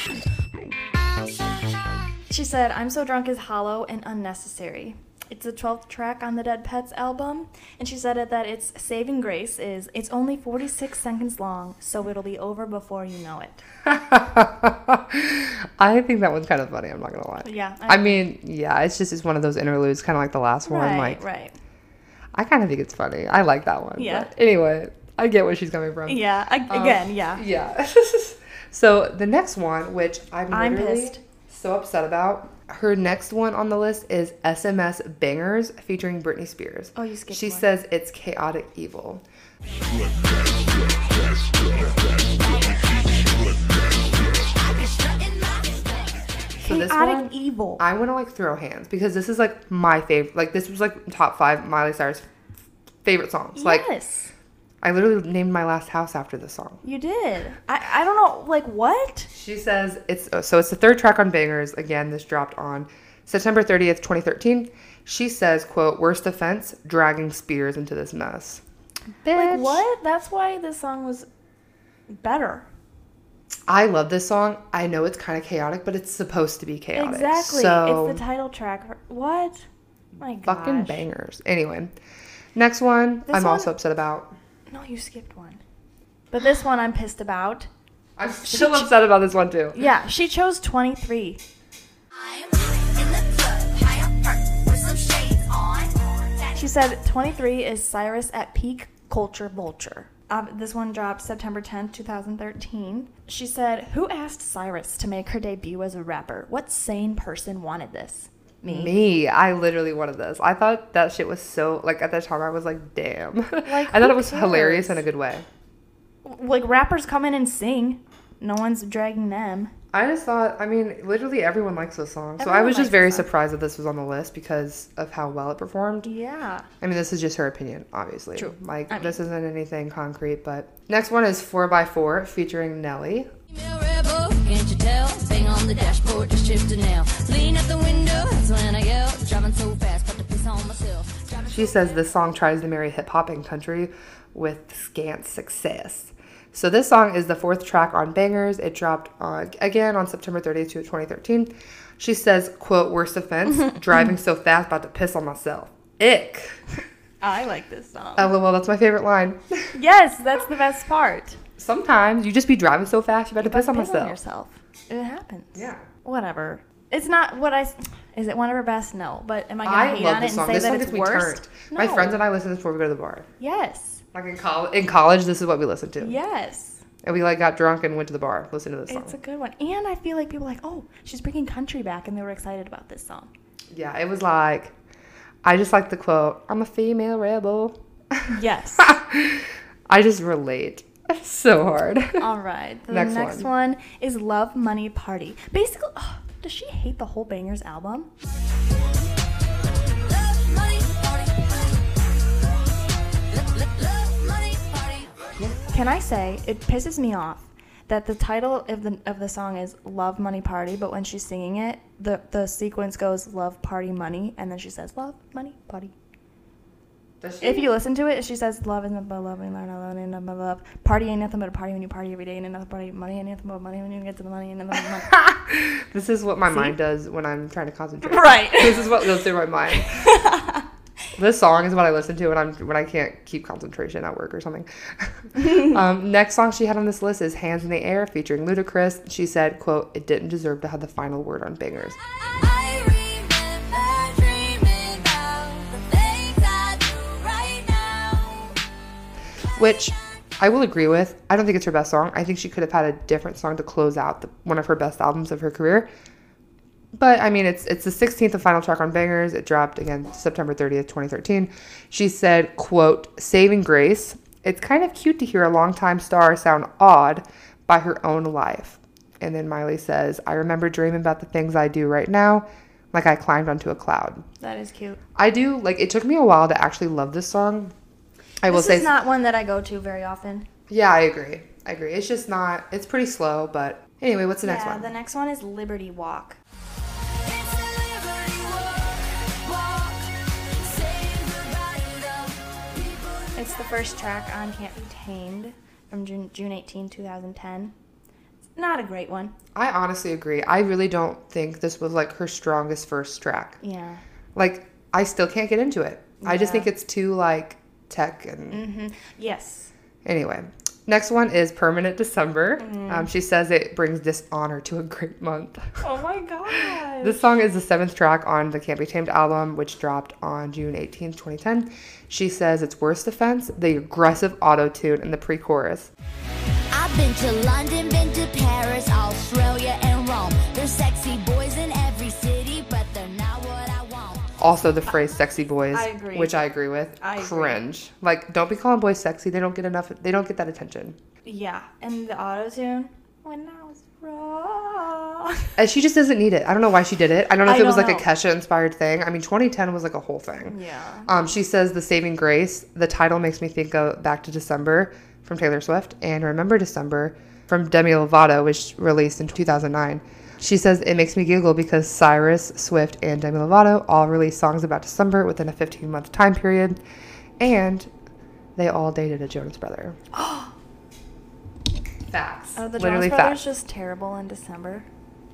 [SPEAKER 5] can't live for you. I see you right
[SPEAKER 2] She said, I'm so drunk is hollow and unnecessary. It's the 12th track on the Dead Pets album, and she said it that its saving grace is it's only 46 seconds long, so it'll be over before you know it.
[SPEAKER 1] I think that one's kind of funny. I'm not gonna lie.
[SPEAKER 2] Yeah,
[SPEAKER 1] I,
[SPEAKER 2] I-
[SPEAKER 1] mean, yeah, it's just it's one of those interludes, kind of like the last one.
[SPEAKER 2] right,
[SPEAKER 1] Like
[SPEAKER 2] right.
[SPEAKER 1] I kind of think it's funny. I like that one.
[SPEAKER 2] Yeah.
[SPEAKER 1] But anyway, I get where she's coming from.
[SPEAKER 2] Yeah, I,
[SPEAKER 1] Um,
[SPEAKER 2] again, yeah.
[SPEAKER 1] Yeah. *laughs* so the next one, which I'm,
[SPEAKER 2] I'm
[SPEAKER 1] literally
[SPEAKER 2] pissed.
[SPEAKER 1] so upset about. Her next one on the list is SMS Bangers featuring Britney Spears.
[SPEAKER 2] Oh, you skipped
[SPEAKER 1] She
[SPEAKER 2] one.
[SPEAKER 1] says it's chaotic evil. So this
[SPEAKER 2] Chaotic
[SPEAKER 1] one,
[SPEAKER 2] evil.
[SPEAKER 1] I want to like throw hands because this is like my favorite. Like this was like top five Miley Cyrus favorite songs. Like
[SPEAKER 2] yes,
[SPEAKER 1] I literally named my last house after this song.
[SPEAKER 2] you did. I, I don't know, like, what?
[SPEAKER 1] She says it's oh, so it's the third track on Bangers. Again, this dropped on September 30th, 2013. She says, quote, worst offense, dragging spears into this mess.
[SPEAKER 2] Like, what? That's why this song was better.
[SPEAKER 1] I love this song. I know it's kind of chaotic, but it's supposed to be chaotic.
[SPEAKER 2] Exactly.
[SPEAKER 1] So
[SPEAKER 2] It's the title track. for- What? My God.
[SPEAKER 1] fucking bangers. Anyway. Next one
[SPEAKER 2] This
[SPEAKER 1] I'm
[SPEAKER 2] one-
[SPEAKER 1] also upset about.
[SPEAKER 2] No, you skipped one. But this one I'm pissed about. *laughs*
[SPEAKER 1] I'm still upset about this one too.
[SPEAKER 2] Yeah, she chose 23. She said 23 is Cyrus at peak culture vulture. Uh, this one dropped September 10th, 2013. She said, Who asked Cyrus to make her debut as a rapper? What sane person wanted this? Me.
[SPEAKER 1] Me, I literally wanted this. I thought that shit was so like at that time I was like, damn.
[SPEAKER 2] Like,
[SPEAKER 1] *laughs* I thought
[SPEAKER 2] who
[SPEAKER 1] it was hilarious
[SPEAKER 2] cares?
[SPEAKER 1] in a good way.
[SPEAKER 2] Like, rappers come in and sing. No one's dragging them.
[SPEAKER 1] I just thought, I mean, literally everyone likes this song. so I
[SPEAKER 2] Everyone
[SPEAKER 1] was
[SPEAKER 2] likes
[SPEAKER 1] just very
[SPEAKER 2] this song.
[SPEAKER 1] surprised that this was on the list because of how well it performed.
[SPEAKER 2] Yeah.
[SPEAKER 1] I mean, this is just her opinion, obviously.
[SPEAKER 2] True.
[SPEAKER 1] Like,
[SPEAKER 2] I mean-
[SPEAKER 1] this isn't anything concrete, but. Next one is 4x4 featuring Nelly.
[SPEAKER 3] Female rebel, can't you tell? Bang on the dashboard, just shift a nail. Lean out the window, that's when I yell. Driving so fast, got to piss on myself. Driving
[SPEAKER 1] She says this song tries to marry hip hop and country with scant success. So this song is the fourth track on Bangers. It dropped on, again on September 30th, to 2013. She says, quote, worst offense,
[SPEAKER 2] *laughs*
[SPEAKER 1] driving so fast, about to piss on myself. Ick.
[SPEAKER 2] I like this song.
[SPEAKER 1] LOL, Oh, that's my favorite line.
[SPEAKER 2] Yes, *laughs* that's the best part.
[SPEAKER 1] Sometimes you just be driving so fast, you're about to piss on
[SPEAKER 2] Piss
[SPEAKER 1] myself.
[SPEAKER 2] yourself. It happens.
[SPEAKER 1] yeah.
[SPEAKER 2] Whatever. It's not what I. s- Is it one of her best? No. But am I gonna
[SPEAKER 1] I
[SPEAKER 2] hate
[SPEAKER 1] love
[SPEAKER 2] on it
[SPEAKER 1] this
[SPEAKER 2] and
[SPEAKER 1] song.
[SPEAKER 2] say
[SPEAKER 1] This
[SPEAKER 2] that
[SPEAKER 1] song
[SPEAKER 2] it's
[SPEAKER 1] gets me
[SPEAKER 2] worst?
[SPEAKER 1] turned. My
[SPEAKER 2] No.
[SPEAKER 1] friends and I listen to this before we go to the bar.
[SPEAKER 2] Yes.
[SPEAKER 1] Like in, col- in college, this is what we listened to.
[SPEAKER 2] Yes.
[SPEAKER 1] And we like got drunk and went to the bar, listened to this song.
[SPEAKER 2] It's a good one. And I feel like people are like, oh, she's bringing country back, and they were excited about this song.
[SPEAKER 1] *laughs* Yeah, it was like, I just like the quote, I'm a female rebel.
[SPEAKER 2] Yes.
[SPEAKER 1] I just relate *laughs* so hard.
[SPEAKER 2] All right. The
[SPEAKER 1] Next
[SPEAKER 2] next, one. is Love Money Party. Basically, ugh, does she hate the whole Bangers album?
[SPEAKER 3] Love, money, party. Love, love, love, money, party.
[SPEAKER 2] Can I say it pisses me off that the title of the of the song is Love Money Party, but when she's singing it, the the sequence goes Love Party Money, and then she says Love Money Party. If you listen to it, she says love is nothing but love and learn alone and nothing but love. Party ain't nothing but a party when you party every day and another party money ain't nothing but money when you get to the money and nothing but money.
[SPEAKER 1] *laughs* this is what my mind does when I'm trying to concentrate.
[SPEAKER 2] Right.
[SPEAKER 1] *laughs* This is what goes through my mind. this song is what I listen to when I'm when I can't keep concentration at work or something. um, next song she had on this list is "Hands in the Air" featuring Ludacris. She said, "quote It didn't deserve to have the final word on bangers."
[SPEAKER 3] I remember dreaming about the things I do right now.
[SPEAKER 1] which I will agree with. I don't think it's her best song. I think she could have had a different song to close out the, one of her best albums of her career. But I mean, it's it's the 16th and final track on Bangers. It dropped again September 30th, 2013. She said, "quote Saving grace. It's kind of cute to hear a longtime star sound awed by her own life." And then Miley says, "I remember dreaming about the things I do right now, like I climbed onto a cloud."
[SPEAKER 2] That is cute.
[SPEAKER 1] I do like. It took me a while to actually love this song. I will
[SPEAKER 2] This
[SPEAKER 1] say
[SPEAKER 2] is not one that I go to very often.
[SPEAKER 1] yeah, I agree. I agree. It's just not. It's pretty slow, but anyway, what's the next
[SPEAKER 2] yeah,
[SPEAKER 1] one?
[SPEAKER 2] the next one is Liberty Walk.
[SPEAKER 3] It's a liberty walk, walk. Save the body, though. People
[SPEAKER 2] It's the first track on Can't Be Tamed from June, June 18, 2010. It's not a great one.
[SPEAKER 1] I honestly agree. I really don't think this was like her strongest first track.
[SPEAKER 2] Yeah.
[SPEAKER 1] Like, I still can't get into it. I just
[SPEAKER 2] Yeah. Mm-hmm.
[SPEAKER 1] think it's too like tech and
[SPEAKER 2] Yes.
[SPEAKER 1] anyway. Next one is Permanent December.
[SPEAKER 2] Mm-hmm.
[SPEAKER 1] Um, she says it brings dishonor to a great month.
[SPEAKER 2] Oh my god.
[SPEAKER 1] This song is the seventh track on the Can't Be Tamed album, which dropped on June 18th, 2010. She says its worst offense, the aggressive auto tune in the pre chorus.
[SPEAKER 3] I've been to London, been to Paris, Australia, and Rome. There's sexy boys in every city, but they're not what I want.
[SPEAKER 1] Also, the phrase "sexy boys,"
[SPEAKER 2] I agree.
[SPEAKER 1] which I agree with,
[SPEAKER 2] I agree.
[SPEAKER 1] cringe. Like, don't be calling boys sexy. They don't get enough. They don't get that attention.
[SPEAKER 2] Yeah, and the auto tune. When I was *laughs* wrong.
[SPEAKER 1] And Uh, she just doesn't need it. I don't know why she did it. I don't know if
[SPEAKER 2] I
[SPEAKER 1] it was
[SPEAKER 2] don't
[SPEAKER 1] like a
[SPEAKER 2] know.
[SPEAKER 1] Kesha inspired thing. I mean, 2010 was like a whole thing.
[SPEAKER 2] Yeah.
[SPEAKER 1] Um, she says the saving grace. The title makes me think of "Back to December" from Taylor Swift and "Remember December" from Demi Lovato, which released in 2009. She says it makes me giggle because Cyrus Swift and Demi Lovato all released songs about December within a 15 month time period, and they all dated a
[SPEAKER 2] *gasps*
[SPEAKER 1] Jonas brother. facts.
[SPEAKER 2] Are Oh, the
[SPEAKER 1] Literally
[SPEAKER 2] Jonas Brothers
[SPEAKER 1] facts.
[SPEAKER 2] just terrible in December?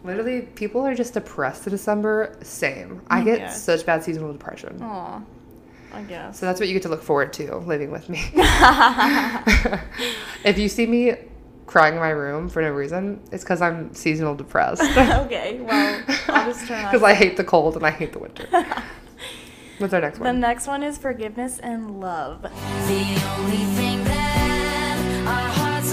[SPEAKER 1] Literally, people are just depressed in December. Same. I get
[SPEAKER 2] Mm, yes.
[SPEAKER 1] such bad seasonal depression.
[SPEAKER 2] Aw. I guess. *laughs*
[SPEAKER 1] So that's what you get to look forward to living with me. *laughs* if you see me crying in my room for no reason, it's because I'm seasonal depressed.
[SPEAKER 2] okay, *laughs* well, I'll just
[SPEAKER 1] *laughs*
[SPEAKER 2] turn
[SPEAKER 1] Because
[SPEAKER 2] on.
[SPEAKER 1] I hate the cold and I hate the
[SPEAKER 2] *laughs*
[SPEAKER 1] winter. What's our next
[SPEAKER 2] the
[SPEAKER 1] one?
[SPEAKER 2] next one is Forgiveness and Love.
[SPEAKER 3] The only thing that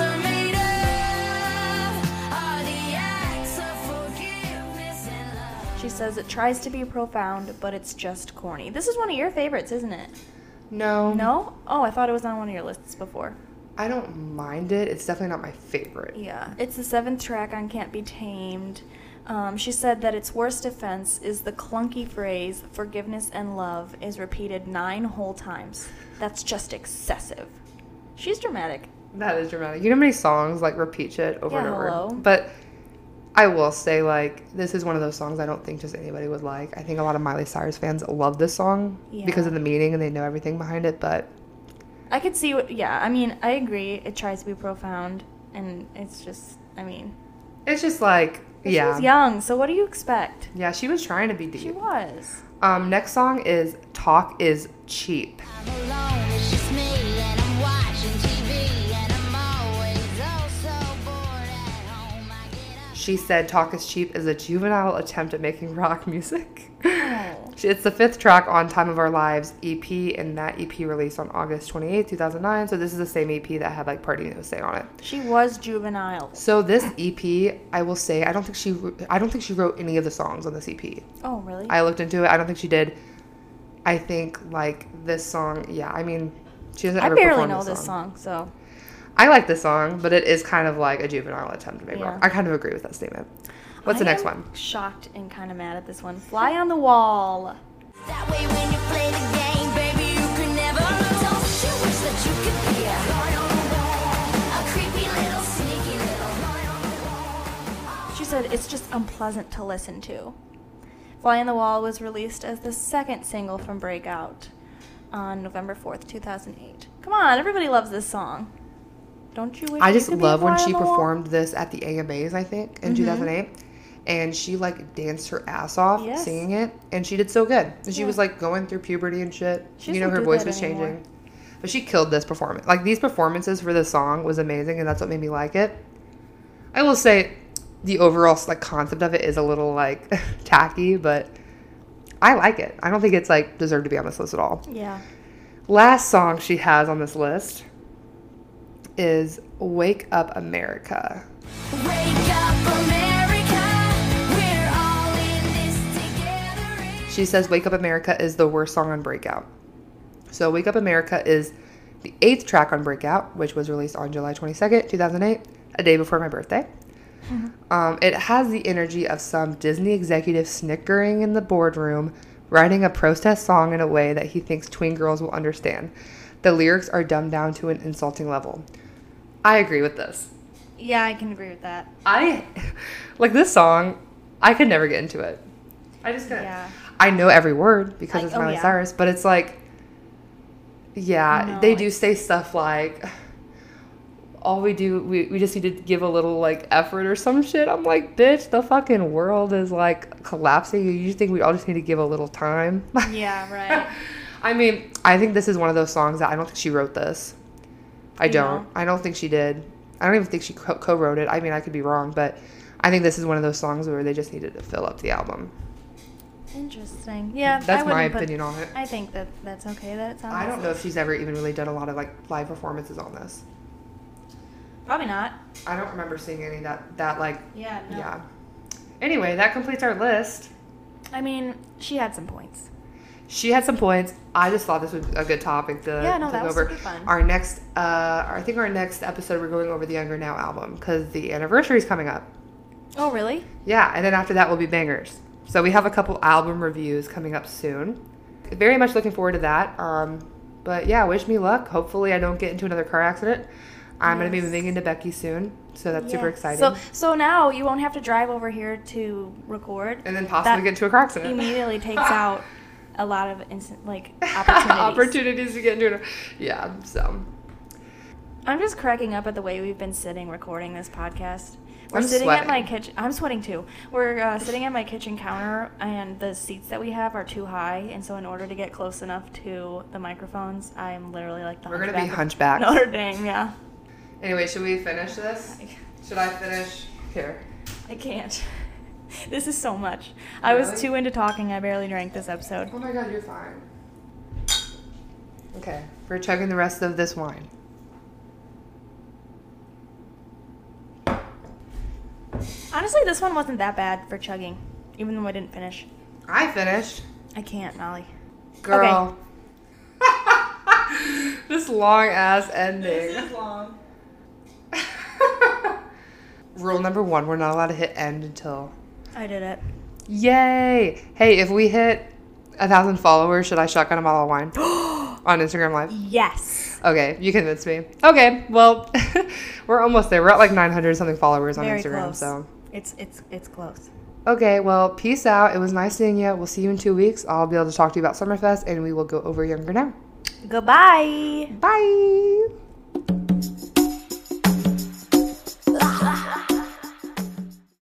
[SPEAKER 2] says it tries to be profound, but it's just corny. This is one of your favorites, isn't it?
[SPEAKER 1] No.
[SPEAKER 2] No? Oh, I thought it was on one of your lists before.
[SPEAKER 1] I don't mind it. It's definitely not my favorite.
[SPEAKER 2] Yeah, it's the seventh track on Can't Be Tamed. Um, she said that its worst offense is the clunky phrase "forgiveness and love" is repeated nine whole times. That's just excessive. She's dramatic.
[SPEAKER 1] That is dramatic. You know how many songs like repeat shit over
[SPEAKER 2] Yeah,
[SPEAKER 1] and over.
[SPEAKER 2] hello.
[SPEAKER 1] But I will say like this is one of those songs I don't think just anybody would like. I think a lot of Miley Cyrus fans love this song because
[SPEAKER 2] Yeah.
[SPEAKER 1] of the meaning and they know everything behind it. But
[SPEAKER 2] I could see what. Yeah, I mean, I agree. It tries to be profound, and it's just. I mean,
[SPEAKER 1] it's just like
[SPEAKER 2] but she
[SPEAKER 1] yeah,
[SPEAKER 2] was young, so what do you expect?
[SPEAKER 1] yeah. She was trying to be
[SPEAKER 2] She
[SPEAKER 1] deep.
[SPEAKER 2] was.
[SPEAKER 1] Um, next song is "Talk Is Cheap."
[SPEAKER 3] I'm alone, it's just me, and I'm watching TV, and I'm always oh so bored at home. I get up.
[SPEAKER 1] She said "Talk Is Cheap" is a juvenile attempt at making *laughs* rock music.
[SPEAKER 2] Oh.
[SPEAKER 1] It's the fifth track on Time of Our Lives EP, and that EP released on August 28th, 2009. So this is the same EP that had like Party No Say on it.
[SPEAKER 2] She was juvenile.
[SPEAKER 1] So this EP, I will say, I don't think she, I don't think she wrote any of the songs on this EP.
[SPEAKER 2] Oh, really?
[SPEAKER 1] I looked into it. I don't think she did. I think like this song, yeah. I mean, she doesn't.
[SPEAKER 2] I
[SPEAKER 1] ever
[SPEAKER 2] barely
[SPEAKER 1] perform
[SPEAKER 2] know this song, so
[SPEAKER 1] I like this song, but it is kind of like a juvenile attempt to make rock.
[SPEAKER 2] Yeah.
[SPEAKER 1] I kind of agree with that statement. What's the
[SPEAKER 2] I
[SPEAKER 1] next
[SPEAKER 2] am
[SPEAKER 1] one?
[SPEAKER 2] Shocked and kind of mad at this one. Fly on the wall.
[SPEAKER 3] That way when you play the game, baby, you can never lose. Don't you wish that you could be a fly on the wall, a creepy little sneaky little fly on the wall?
[SPEAKER 2] She said it's just unpleasant to listen to. Fly on the Wall was released as the second single from Breakout on November 4th, 2008. Come on, everybody loves this song. Don't you wish
[SPEAKER 1] I
[SPEAKER 2] you
[SPEAKER 1] just
[SPEAKER 2] could be Mm-hmm.
[SPEAKER 1] love
[SPEAKER 2] a
[SPEAKER 1] when
[SPEAKER 2] fly on
[SPEAKER 1] she
[SPEAKER 2] the wall?
[SPEAKER 1] performed this at the AMAs, I think, in 2008. And she like danced her ass off
[SPEAKER 2] Yes.
[SPEAKER 1] singing it, and she did so good. And she
[SPEAKER 2] Yeah.
[SPEAKER 1] was like going through puberty and shit.
[SPEAKER 2] She
[SPEAKER 1] you know,
[SPEAKER 2] doesn't
[SPEAKER 1] her
[SPEAKER 2] do
[SPEAKER 1] voice
[SPEAKER 2] that
[SPEAKER 1] was
[SPEAKER 2] anymore.
[SPEAKER 1] changing. But she killed this performance. Like these performances for this song was amazing, and that's what made me like it. I will say, the overall like concept of it is a little like *laughs* tacky, but I like it. I don't think it's like deserved to be on this list at all.
[SPEAKER 2] Yeah.
[SPEAKER 1] Last song she has on this list is Wake Up America.
[SPEAKER 3] Wake up, America, we're all in this together. It's
[SPEAKER 1] She says Wake Up America is the worst song on Breakout. So Wake Up America is the eighth track on Breakout, which was released on July 22nd, 2008, a day before my birthday. Um, it has the energy of some Disney executive snickering in the boardroom, writing a protest song in a way that he thinks tween girls will understand. The lyrics are dumbed down to an insulting level. I agree with this.
[SPEAKER 2] Yeah, I can agree with that.
[SPEAKER 1] I like this song. I could never get into it. I just couldn't.
[SPEAKER 2] Yeah.
[SPEAKER 1] I know every word because
[SPEAKER 2] I-
[SPEAKER 1] it's
[SPEAKER 2] oh,
[SPEAKER 1] Miley
[SPEAKER 2] yeah.
[SPEAKER 1] Cyrus, but it's like, yeah,
[SPEAKER 2] No,
[SPEAKER 1] they do
[SPEAKER 2] it's-
[SPEAKER 1] say stuff like, all we do, we, we just need to give a little like effort or some shit. I'm like, bitch, the fucking world is like collapsing. You just think we all just need to give a little time? *laughs*
[SPEAKER 2] Yeah, right.
[SPEAKER 1] I mean, I think this is one of those songs that I don't think she wrote this. I
[SPEAKER 2] Yeah.
[SPEAKER 1] don't. I don't think she did. I don't even think she co- co-wrote it. I mean, I could be wrong, but I think this is one of those songs where they just needed to fill up the album.
[SPEAKER 2] *laughs* Interesting. Yeah,
[SPEAKER 1] That's
[SPEAKER 2] I
[SPEAKER 1] my
[SPEAKER 2] wouldn't put-
[SPEAKER 1] opinion on it.
[SPEAKER 2] I think that that's okay. That sounds.
[SPEAKER 1] I don't know if she's ever even really done a lot of like live performances on this.
[SPEAKER 2] Probably not.
[SPEAKER 1] I don't remember seeing any that that like
[SPEAKER 2] Yeah. No.
[SPEAKER 1] yeah. Anyway, that completes our list.
[SPEAKER 2] I mean, she had some points.
[SPEAKER 1] She had some points. I just thought this was a good topic to
[SPEAKER 2] Yeah, no,
[SPEAKER 1] to
[SPEAKER 2] that
[SPEAKER 1] go
[SPEAKER 2] was
[SPEAKER 1] over.
[SPEAKER 2] super fun.
[SPEAKER 1] Our next, uh, I think our next episode, we're going over the Younger Now album because the anniversary is coming up.
[SPEAKER 2] Oh, really?
[SPEAKER 1] Yeah, and then after that will be bangers. So we have a couple album reviews coming up soon. Very much looking forward to that. Um, but yeah, wish me luck. Hopefully, I don't get into another car accident. I'm gonna be moving into Becky soon, so that's super
[SPEAKER 2] Yeah.
[SPEAKER 1] exciting.
[SPEAKER 2] So, so now you won't have to drive over here to record.
[SPEAKER 1] and then possibly
[SPEAKER 2] that
[SPEAKER 1] get into a car accident. *laughs*
[SPEAKER 2] immediately takes out a lot of instant like opportunities.
[SPEAKER 1] Opportunities to get into. An- yeah, so
[SPEAKER 2] I'm just cracking up at the way we've been sitting recording this podcast. We're
[SPEAKER 1] I'm
[SPEAKER 2] sitting at my
[SPEAKER 1] sweating.
[SPEAKER 2] kitchen. I'm sweating too. We're uh, sitting at my kitchen counter, and the seats that we have are too high. And so, in order to get close enough to the microphones, I'm literally like the
[SPEAKER 1] we're gonna be
[SPEAKER 2] hunchback
[SPEAKER 1] hunchbacks.
[SPEAKER 2] of Notre Dame. Yeah,
[SPEAKER 1] Anyway, should we finish this? Should I finish here?
[SPEAKER 2] I can't. *laughs* This is so much. I was
[SPEAKER 1] Really?
[SPEAKER 2] too into talking. I barely drank this episode.
[SPEAKER 1] Oh my god, you're fine. Okay, we're chugging the rest of this wine.
[SPEAKER 2] Honestly, this one wasn't that bad for chugging. even though I didn't finish.
[SPEAKER 1] I finished.
[SPEAKER 2] I can't, Molly.
[SPEAKER 1] Girl. *laughs* this long ass ending.
[SPEAKER 2] long.
[SPEAKER 1] *laughs* Rule number one we're not allowed to hit end until.
[SPEAKER 2] I did it.
[SPEAKER 1] Yay! Hey, if we hit a thousand followers, should I shotgun a bottle of *gasps* wine on Instagram Live?
[SPEAKER 2] Yes.
[SPEAKER 1] Okay, you convinced me. Okay, well, *laughs* we're almost there. We're at like 900 something followers on
[SPEAKER 2] Very
[SPEAKER 1] Instagram,
[SPEAKER 2] close.
[SPEAKER 1] so.
[SPEAKER 2] It's it's it's close.
[SPEAKER 1] Okay, well, peace out. It was nice seeing you. We'll see you in two weeks. I'll be able to talk to you about Summerfest and we will go over Younger Now.
[SPEAKER 2] Goodbye.
[SPEAKER 1] Bye!